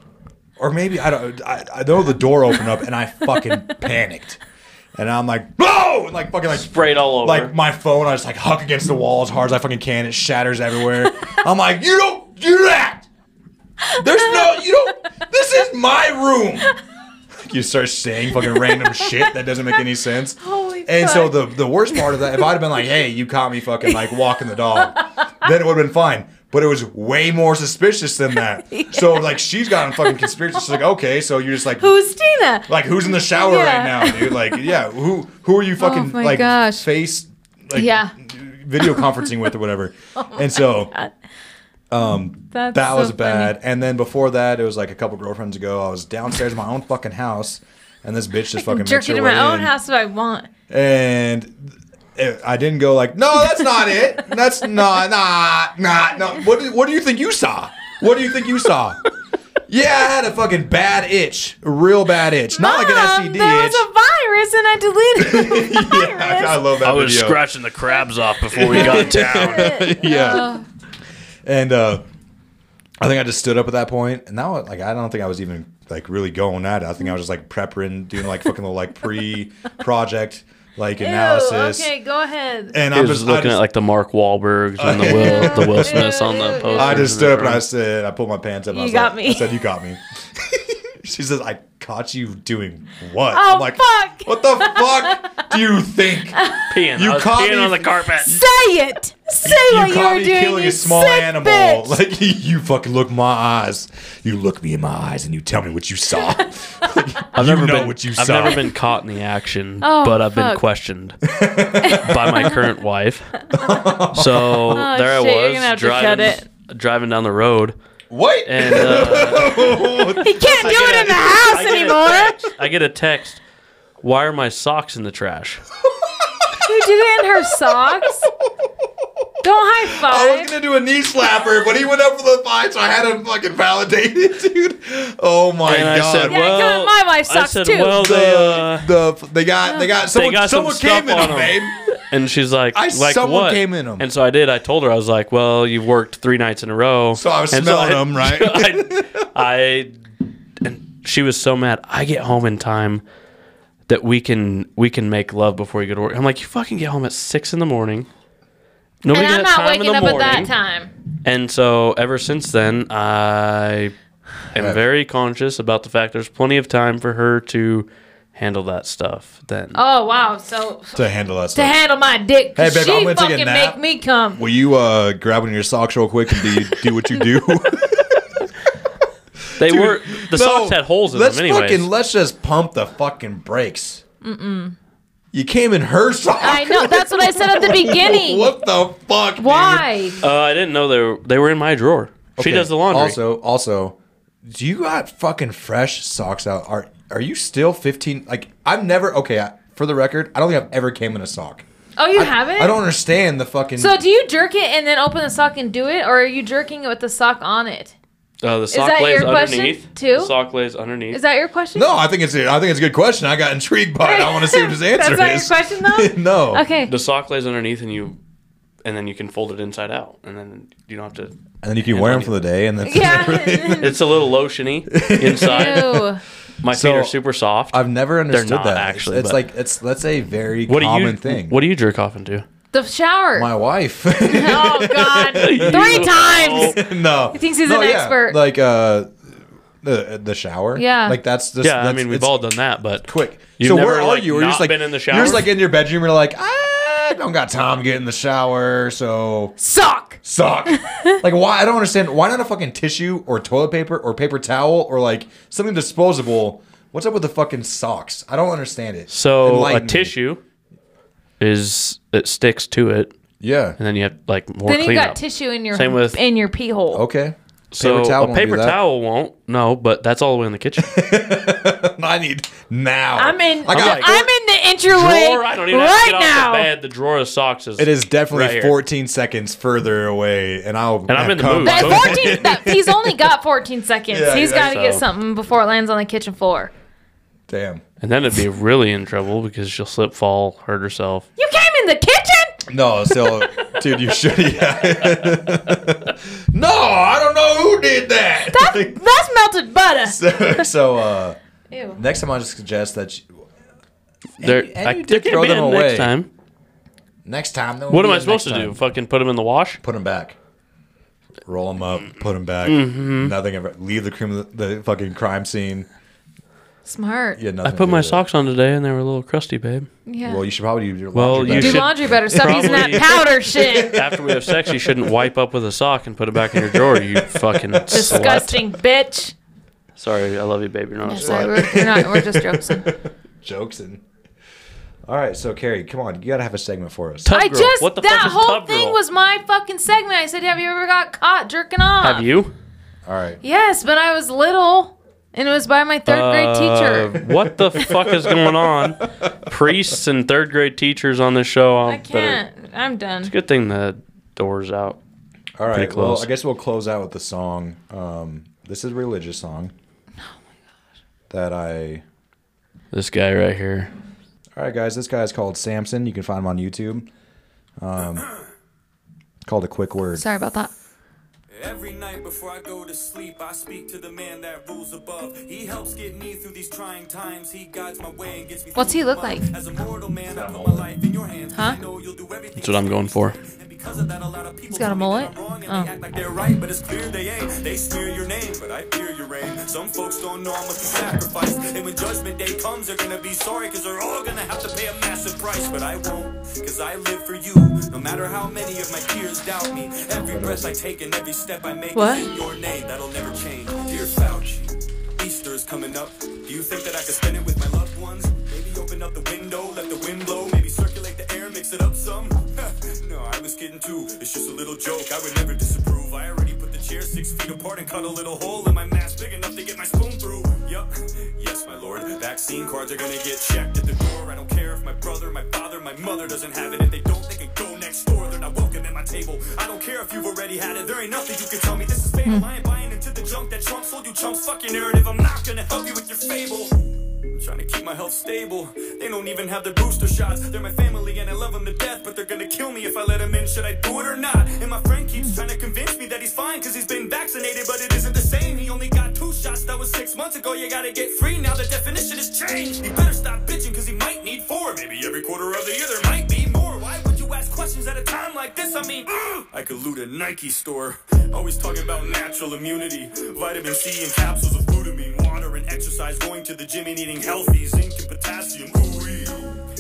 or maybe I don't. I, I know the door opened up and I fucking panicked, and I'm like, no, and like fucking like
Sprayed all over.
Like my phone, I just like huck against the wall as hard as I fucking can. It shatters everywhere. I'm like, you don't do that. There's no, you don't. This is my room. You start saying fucking random shit that doesn't make any sense.
Holy
And so
fuck.
the the worst part of that, if I'd have been like, "Hey, you caught me fucking like walking the dog," then it would have been fine. But it was way more suspicious than that. So like, she's gotten fucking conspiracy. She's like, "Okay, so you're just like,
Who's Tina?
like who's in the shower
Yeah. Oh
right now, dude? Like, yeah, who who are you fucking
my
like
gosh.
face like
Yeah. Oh
video conferencing with or whatever?" and so
That's
that
so
was
funny.
bad. And then before that, it was like a couple girlfriends ago. I was downstairs in my own fucking house, and this bitch just fucking
Jerk
jerked
it
her
in
way
my own
in
house if I want.
and it, I didn't go like, no, that's not it. That's not, nah, nah, no. What do, what do you think you saw? What do you think you saw? Yeah, I had a fucking bad itch, a real bad itch, not like
Mom,
an STD
there
itch.
Ah, was a virus and I deleted it.
yeah, I love that
I was
video.
scratching the crabs off before we got down.
yeah, and uh, I think I just stood up at that point, and now like I don't think I was even like really going at it. I think I was just like prepping, doing like fucking little like pre-project like analysis.
Ew, okay, go ahead.
And
I
I'm
was
just
looking
I just,
at like the Mark Wahlbergs and the Will the Will Smiths on the poster.
I just stood up and I said, I pulled my pants up. And I
You
was
got
like,
me.
I said, you got me. she says, I caught you doing what?
Oh,
I'm like,
fuck.
What the fuck do you think?
peeing.
You
I was
caught
peeing
me-
on the carpet.
Say it. Say what you
caught
were
me
doing.
killing
you
a small
sick
animal.
bitch.
Like you fucking look in my eyes. You look me in my eyes and you tell me what you saw.
I've
you
never
know
been,
what you
I've
saw.
never been caught in the action,
Oh,
but I've
fuck.
been questioned by my current wife. So there
Oh, shit, you're
I
gonna have
was
to cut
driving, driving down the road,
Wait.
and uh,
He can't do
get
it
a-
in the house
I get a
anymore.
text- I get a text. Why are my socks in the trash?
Who did it in her socks? Don't high
I was
five.
gonna do a knee slapper, but he went up for the fight, so I had him fucking validate it, dude. Oh my
And I
god!
said,
Yeah, I got
well,
my wife
I
socks
said,
too.
well, they, uh,
the, the they got they got someone
got some
someone came in
stuff
him,
on
babe.
and she's like,
I-
like
someone
what?
came in 'em.
And so I did. I told her I was like, well, you've worked three nights in a row,
So I was
And
smelling
I-
him, right?
I, I- and she was so mad. I get home in time that we can we can make love before you go to work. I'm like, you fucking get home at six in the morning. Nobody
and
got
I'm not
time in
waking
the
up
morning.
at that time.
And so ever since then, I am very conscious about the fact there's plenty of time for her to handle that stuff. Then
Oh wow. So
to handle us.
to handle my dick, 'cause
Hey, babe,
she
I'm gonna take a
fucking
nap.
make me come.
Will you uh, grab one of your socks real quick and do, do what you do?
they were the socks
No,
had holes in
let's
them anyways.
Fucking, let's just pump the fucking brakes. Mm-mm. You came in her sock.
I know. That's what I said at the beginning.
What the fuck? dude?
Why?
uh, I didn't know they were, they were in my drawer.
Okay,
She does the laundry.
Also, also, do you got fucking fresh socks out? Are are you still 15? Like I've never. Okay, I, for the record, I don't think I've ever came in a sock.
Oh, you haven't.
I don't understand the fucking.
So do you jerk it and then open the sock and do it, or are you jerking it with the sock on it?
Uh, the sock
that
lays
your question,
underneath.
too?
The sock lays underneath.
Is that your question?
no, I think it's I think it's a good question. I got intrigued by it. I want to see what his answer
That's
is.
not your question,
no.
though. okay.
the sock lays underneath, and you, and then you can fold it inside out, and then you don't have to.
And then you can wear them for the day, and that's
Yeah.
It's a little lotiony inside.
Ew.
My
So,
feet are super soft.
I've never understood
not,
that.
actually,
it's
but-
like it's that's a very
what do
common
you?
thing.
What do you jerk off into?
The shower.
My wife.
oh God! Three times.
no, he
thinks he's
no,
an
yeah.
expert.
Like uh, the the shower.
Yeah.
like that's just
Yeah, I
that's-
mean we've
it's-
all done that, but
quick.
You've
so
never,
where are
like,
you? Are you
not
just like
been in the
You're just
shower?
like in your bedroom. You're like, "Ah, I don't got time to get in the shower, so
Sock.
suck. like, why? I don't understand. Why not a fucking tissue or toilet paper or paper towel or like something disposable? What's up with the fucking socks? I don't understand it.
So
Enlighten
a
me.
tissue is it sticks to it,
Yeah.
and then you have like more
Then you got
cleanup.
tissue in your
Same with-
in your pee hole.
Okay.
so a
won't do
paper
that.
towel won't. No, but that's all the way in the kitchen.
I need now.
I'm in.
I got.
I'm in the entryway
drawer. I don't even have to
right
get
now.
off the bed. The drawer of socks is.
it is definitely
Right here.
14 seconds further away, and I'll.
And I'm in the
come
mood.
back.
That 14, that, he's only got 14 seconds.
Yeah,
he's
yeah.
got to get
So-
something before it lands on the kitchen floor.
Damn.
And then it'd be really in trouble because she'll slip, fall, hurt herself.
You came in the kitchen?
No, so dude, you should. Yeah. no, I don't know who did that.
That's, that's melted butter.
so, uh,
Ew.
next time I just suggest that you,
There,
and
I,
you did
there can't
throw
be
them
a
away.
Next time,
next time. there
what
will
am
be
I
a
supposed to
next
do?
time.
Fucking put them in the wash?
Put them back. Roll them up. Put them back.
Mm-hmm.
Nothing ever. Leave the crime, the fucking crime scene.
Smart.
Yeah,
Yeah.
nothing.
I put my socks on today, and they were a little crusty, babe.
Well, you should probably do your
Well,
laundry
you
better.
Do
should-
laundry better. Stop using that
probably-
powder shit.
After we have sex, you shouldn't wipe up with a sock and put it back in your drawer. You fucking slut.
Disgusting bitch.
Sorry, I love you, babe. You're not a
Yes,
slut.
I- we're, we're not, we're just joking.
jokes and. All right, so Carrie, come on, you gotta have a segment for us.
Tub
I
girl.
just,
What the fuck
that
is
whole
tub
thing
girl?
was my fucking segment. I said, have you ever got caught jerking off?
Have you?
All right,
Yes, but I was little. And it was by my third grade teacher.
Uh, what the fuck is going on? Priests and third grade teachers on this show.
I can't. I'm done.
Good thing the door's out.
all right.
Pretty
Well,
close.
I guess we'll close out with the song. Um, this is a religious song. That I
This guy right here.
All right, guys. This guy is called Samson. You can find him on YouTube. Um, called a quick word.
Sorry about that.
Every night before I go to sleep, I speak to the man that rules above. He helps get me through these trying times. He guides my way and gets me
What's
through
he look
the mud.
like?
As a mortal man, I put my life in your hands. 'cause
Huh?
I know you'll do everything.
That's what I'm going for.
And because of that, a lot of people
He's got a
tell me that
mullet?
I'm wrong and
Oh.
they act like they're right, but it's clear they ain't. They smear your name, but I fear your reign. Some folks don't know how much you sacrifice. And when judgment day comes, they're gonna be sorry, cause they're all gonna have to pay a massive price. But I won't, cause I live for you. No matter how many of my peers doubt me, every breath I take and every step I make
What?
is in your name. That'll never change. Dear Fauci, Easter is coming up. Do you think that I could spend it with my loved ones? Maybe open up the window, let the wind blow, maybe circulate the air, mix it up some. no, I was kidding too. It's just a little joke. I would never disapprove. I already put the chair six feet apart and cut a little hole in my mask big enough to get my spoon through. Yup, yes, my lord. Vaccine cards are gonna get checked at the door. I don't care if my brother, my father, my mother doesn't have it. If they don't, they can go next door. They're not welcome at my table. I don't care if you've already had it. There ain't nothing you can tell me. This is fame. I ain't buying into the junk that Trump sold you. Chumps, fuck your narrative. I'm not gonna help you with your fable. I'm trying to keep my health stable. They don't even have their booster shots. They're my family and I love them to death, but they're gonna kill me if I let them in. Should I do it or not? And my friend keeps trying to convince me that he's fine because he's been vaccinated, but it isn't the same. He only got two shots. That was six months ago. You gotta get three. Now the definition has changed. He better stop bitching because he might need four. Maybe every quarter of the year there might be more. Why would you ask questions at a time like this? I mean, I could loot a Nike store. Always talking about natural immunity, vitamin C, and capsules of glutamine water and exercise, going to the gym and eating healthy, zinc and potassium. Ooh-wee.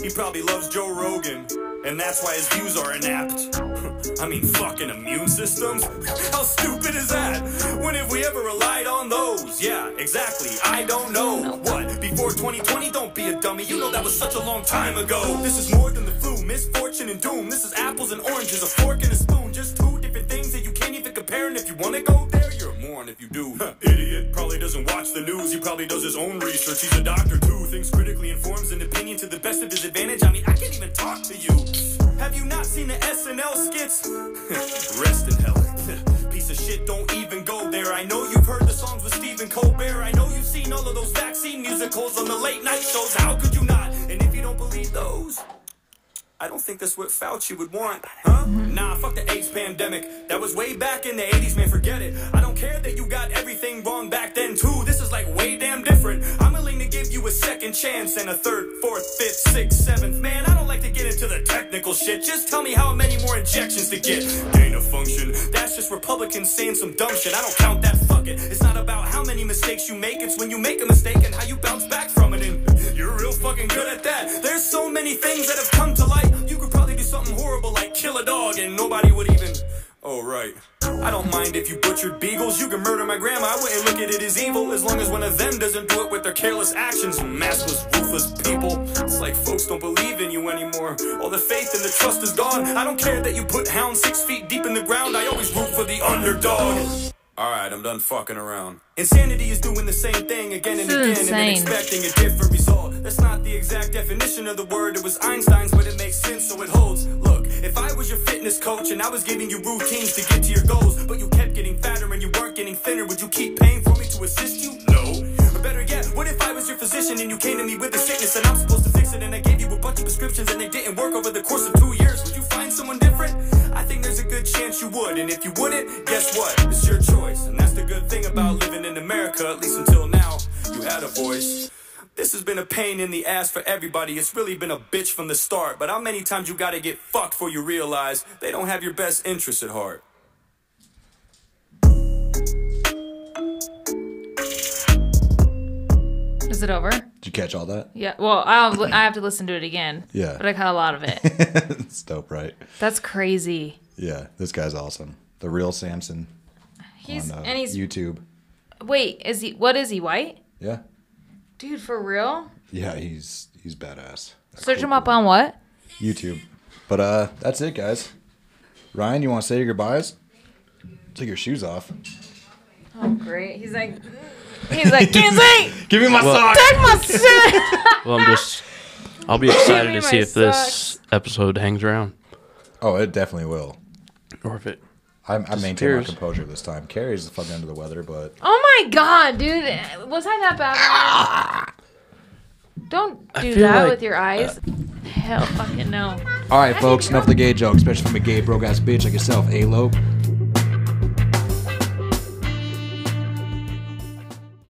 He probably loves Joe Rogan, and that's why his views are inapt. I mean, fucking immune systems? How stupid is that? When have we ever relied on those? Yeah, exactly. I don't know. What? Before 2020, don't be a dummy. You know that was such a long time ago. This is more than the flu, misfortune and doom. This is apples and oranges, a fork and a spoon. Just two different things that you can't even compare. And if you wanna go there, you're a moron if you do. Idiot. Probably doesn't watch the news. He probably does his own research. He's a doctor too. Thinks critically, informs an opinion to the best of his advantage. I mean, I can't even talk to you. Have you not seen the SNL skits? Rest in hell. Piece of shit, don't even go there. I know you've heard the songs with Stephen Colbert. I know you've seen all of those vaccine musicals on the late night shows. How could you not? And if you don't believe those, I don't think that's what Fauci would want, huh? Nah, fuck the AIDS pandemic. That was way back in the 80s, man, forget it. I don't care that you got everything wrong back then, too. This is like way damn different. I'm willing to give you a second chance and a third, fourth, fifth, sixth, seventh. Man, I don't like to get into the technical shit. Just tell me how many more injections to get. Gain of function. That's just Republicans saying some dumb shit. I don't count that, fuck it. It's not about how many mistakes you make, it's when you make a mistake and how you bounce back from it. And you're real fucking good at that. There's so many things that have come to light. You could probably do something horrible like kill a dog and nobody would even. Oh, right. I don't mind if you butchered beagles. You can murder my grandma. I wouldn't look at it as evil as long as one of them doesn't do it with their careless actions. Maskless, ruthless people. It's like folks don't believe in you anymore. All the faith and the trust is gone. I don't care that you put hounds six feet deep in the ground. I always root for the underdog. Alright, I'm done fucking around. Insanity is doing the same thing again and
This
again
is
and
insane.
then expecting a different result. That's not the exact definition of the word. It was Einstein's, but it makes sense, so it holds. Look, if I was your fitness coach and I was giving you routines to get to your goals, but you kept getting fatter and you weren't getting thinner, would you keep paying for me to assist you? No. Or better yet, what if I was your physician and you came to me with a sickness and I'm supposed to fix it and I gave you a bunch of prescriptions and they didn't work over the course of two years? Would you find someone different? I think there's a good chance you would, and if you wouldn't, guess what? It's your choice, and that's the good thing about living in America, at least until now. You had a voice. This has been a pain in the ass for everybody. It's really been a bitch from the start. But how many times you gotta get fucked before you realize they don't have your best interests at heart?
Is it over?
Did you catch all that?
Yeah. Well, I'll, I have to listen to it again.
Yeah.
But I caught a lot of it.
It's dope, right?
That's crazy.
Yeah, this guy's awesome. The real Samson
He's
on uh,
and he's
YouTube.
wait. Is he? What is he? White?
Yeah,
Dude, for real?
yeah, he's he's badass.
Search him up on what?
YouTube. But uh, that's it, guys. Ryan, you want to say your goodbyes? Take your shoes off.
Oh, great. He's like, he's like, Kinsey,
Give me my
Well-
sock.
take my shit.
Well, I'm just. I'll be excited
me
to see
my
if this episode hangs around,
Oh, it definitely will.
or if it.
I, I maintain my
Disappears.
composure this time. Carrie's fucking under the weather, but
Oh my god, dude, was I that bad? Don't do
Ah! feel
that
like- uh,
with your eyes. Hell, fucking no.
all right, folks. Enough of the gay jokes, especially from a gay broke ass bitch like yourself, A-Lo.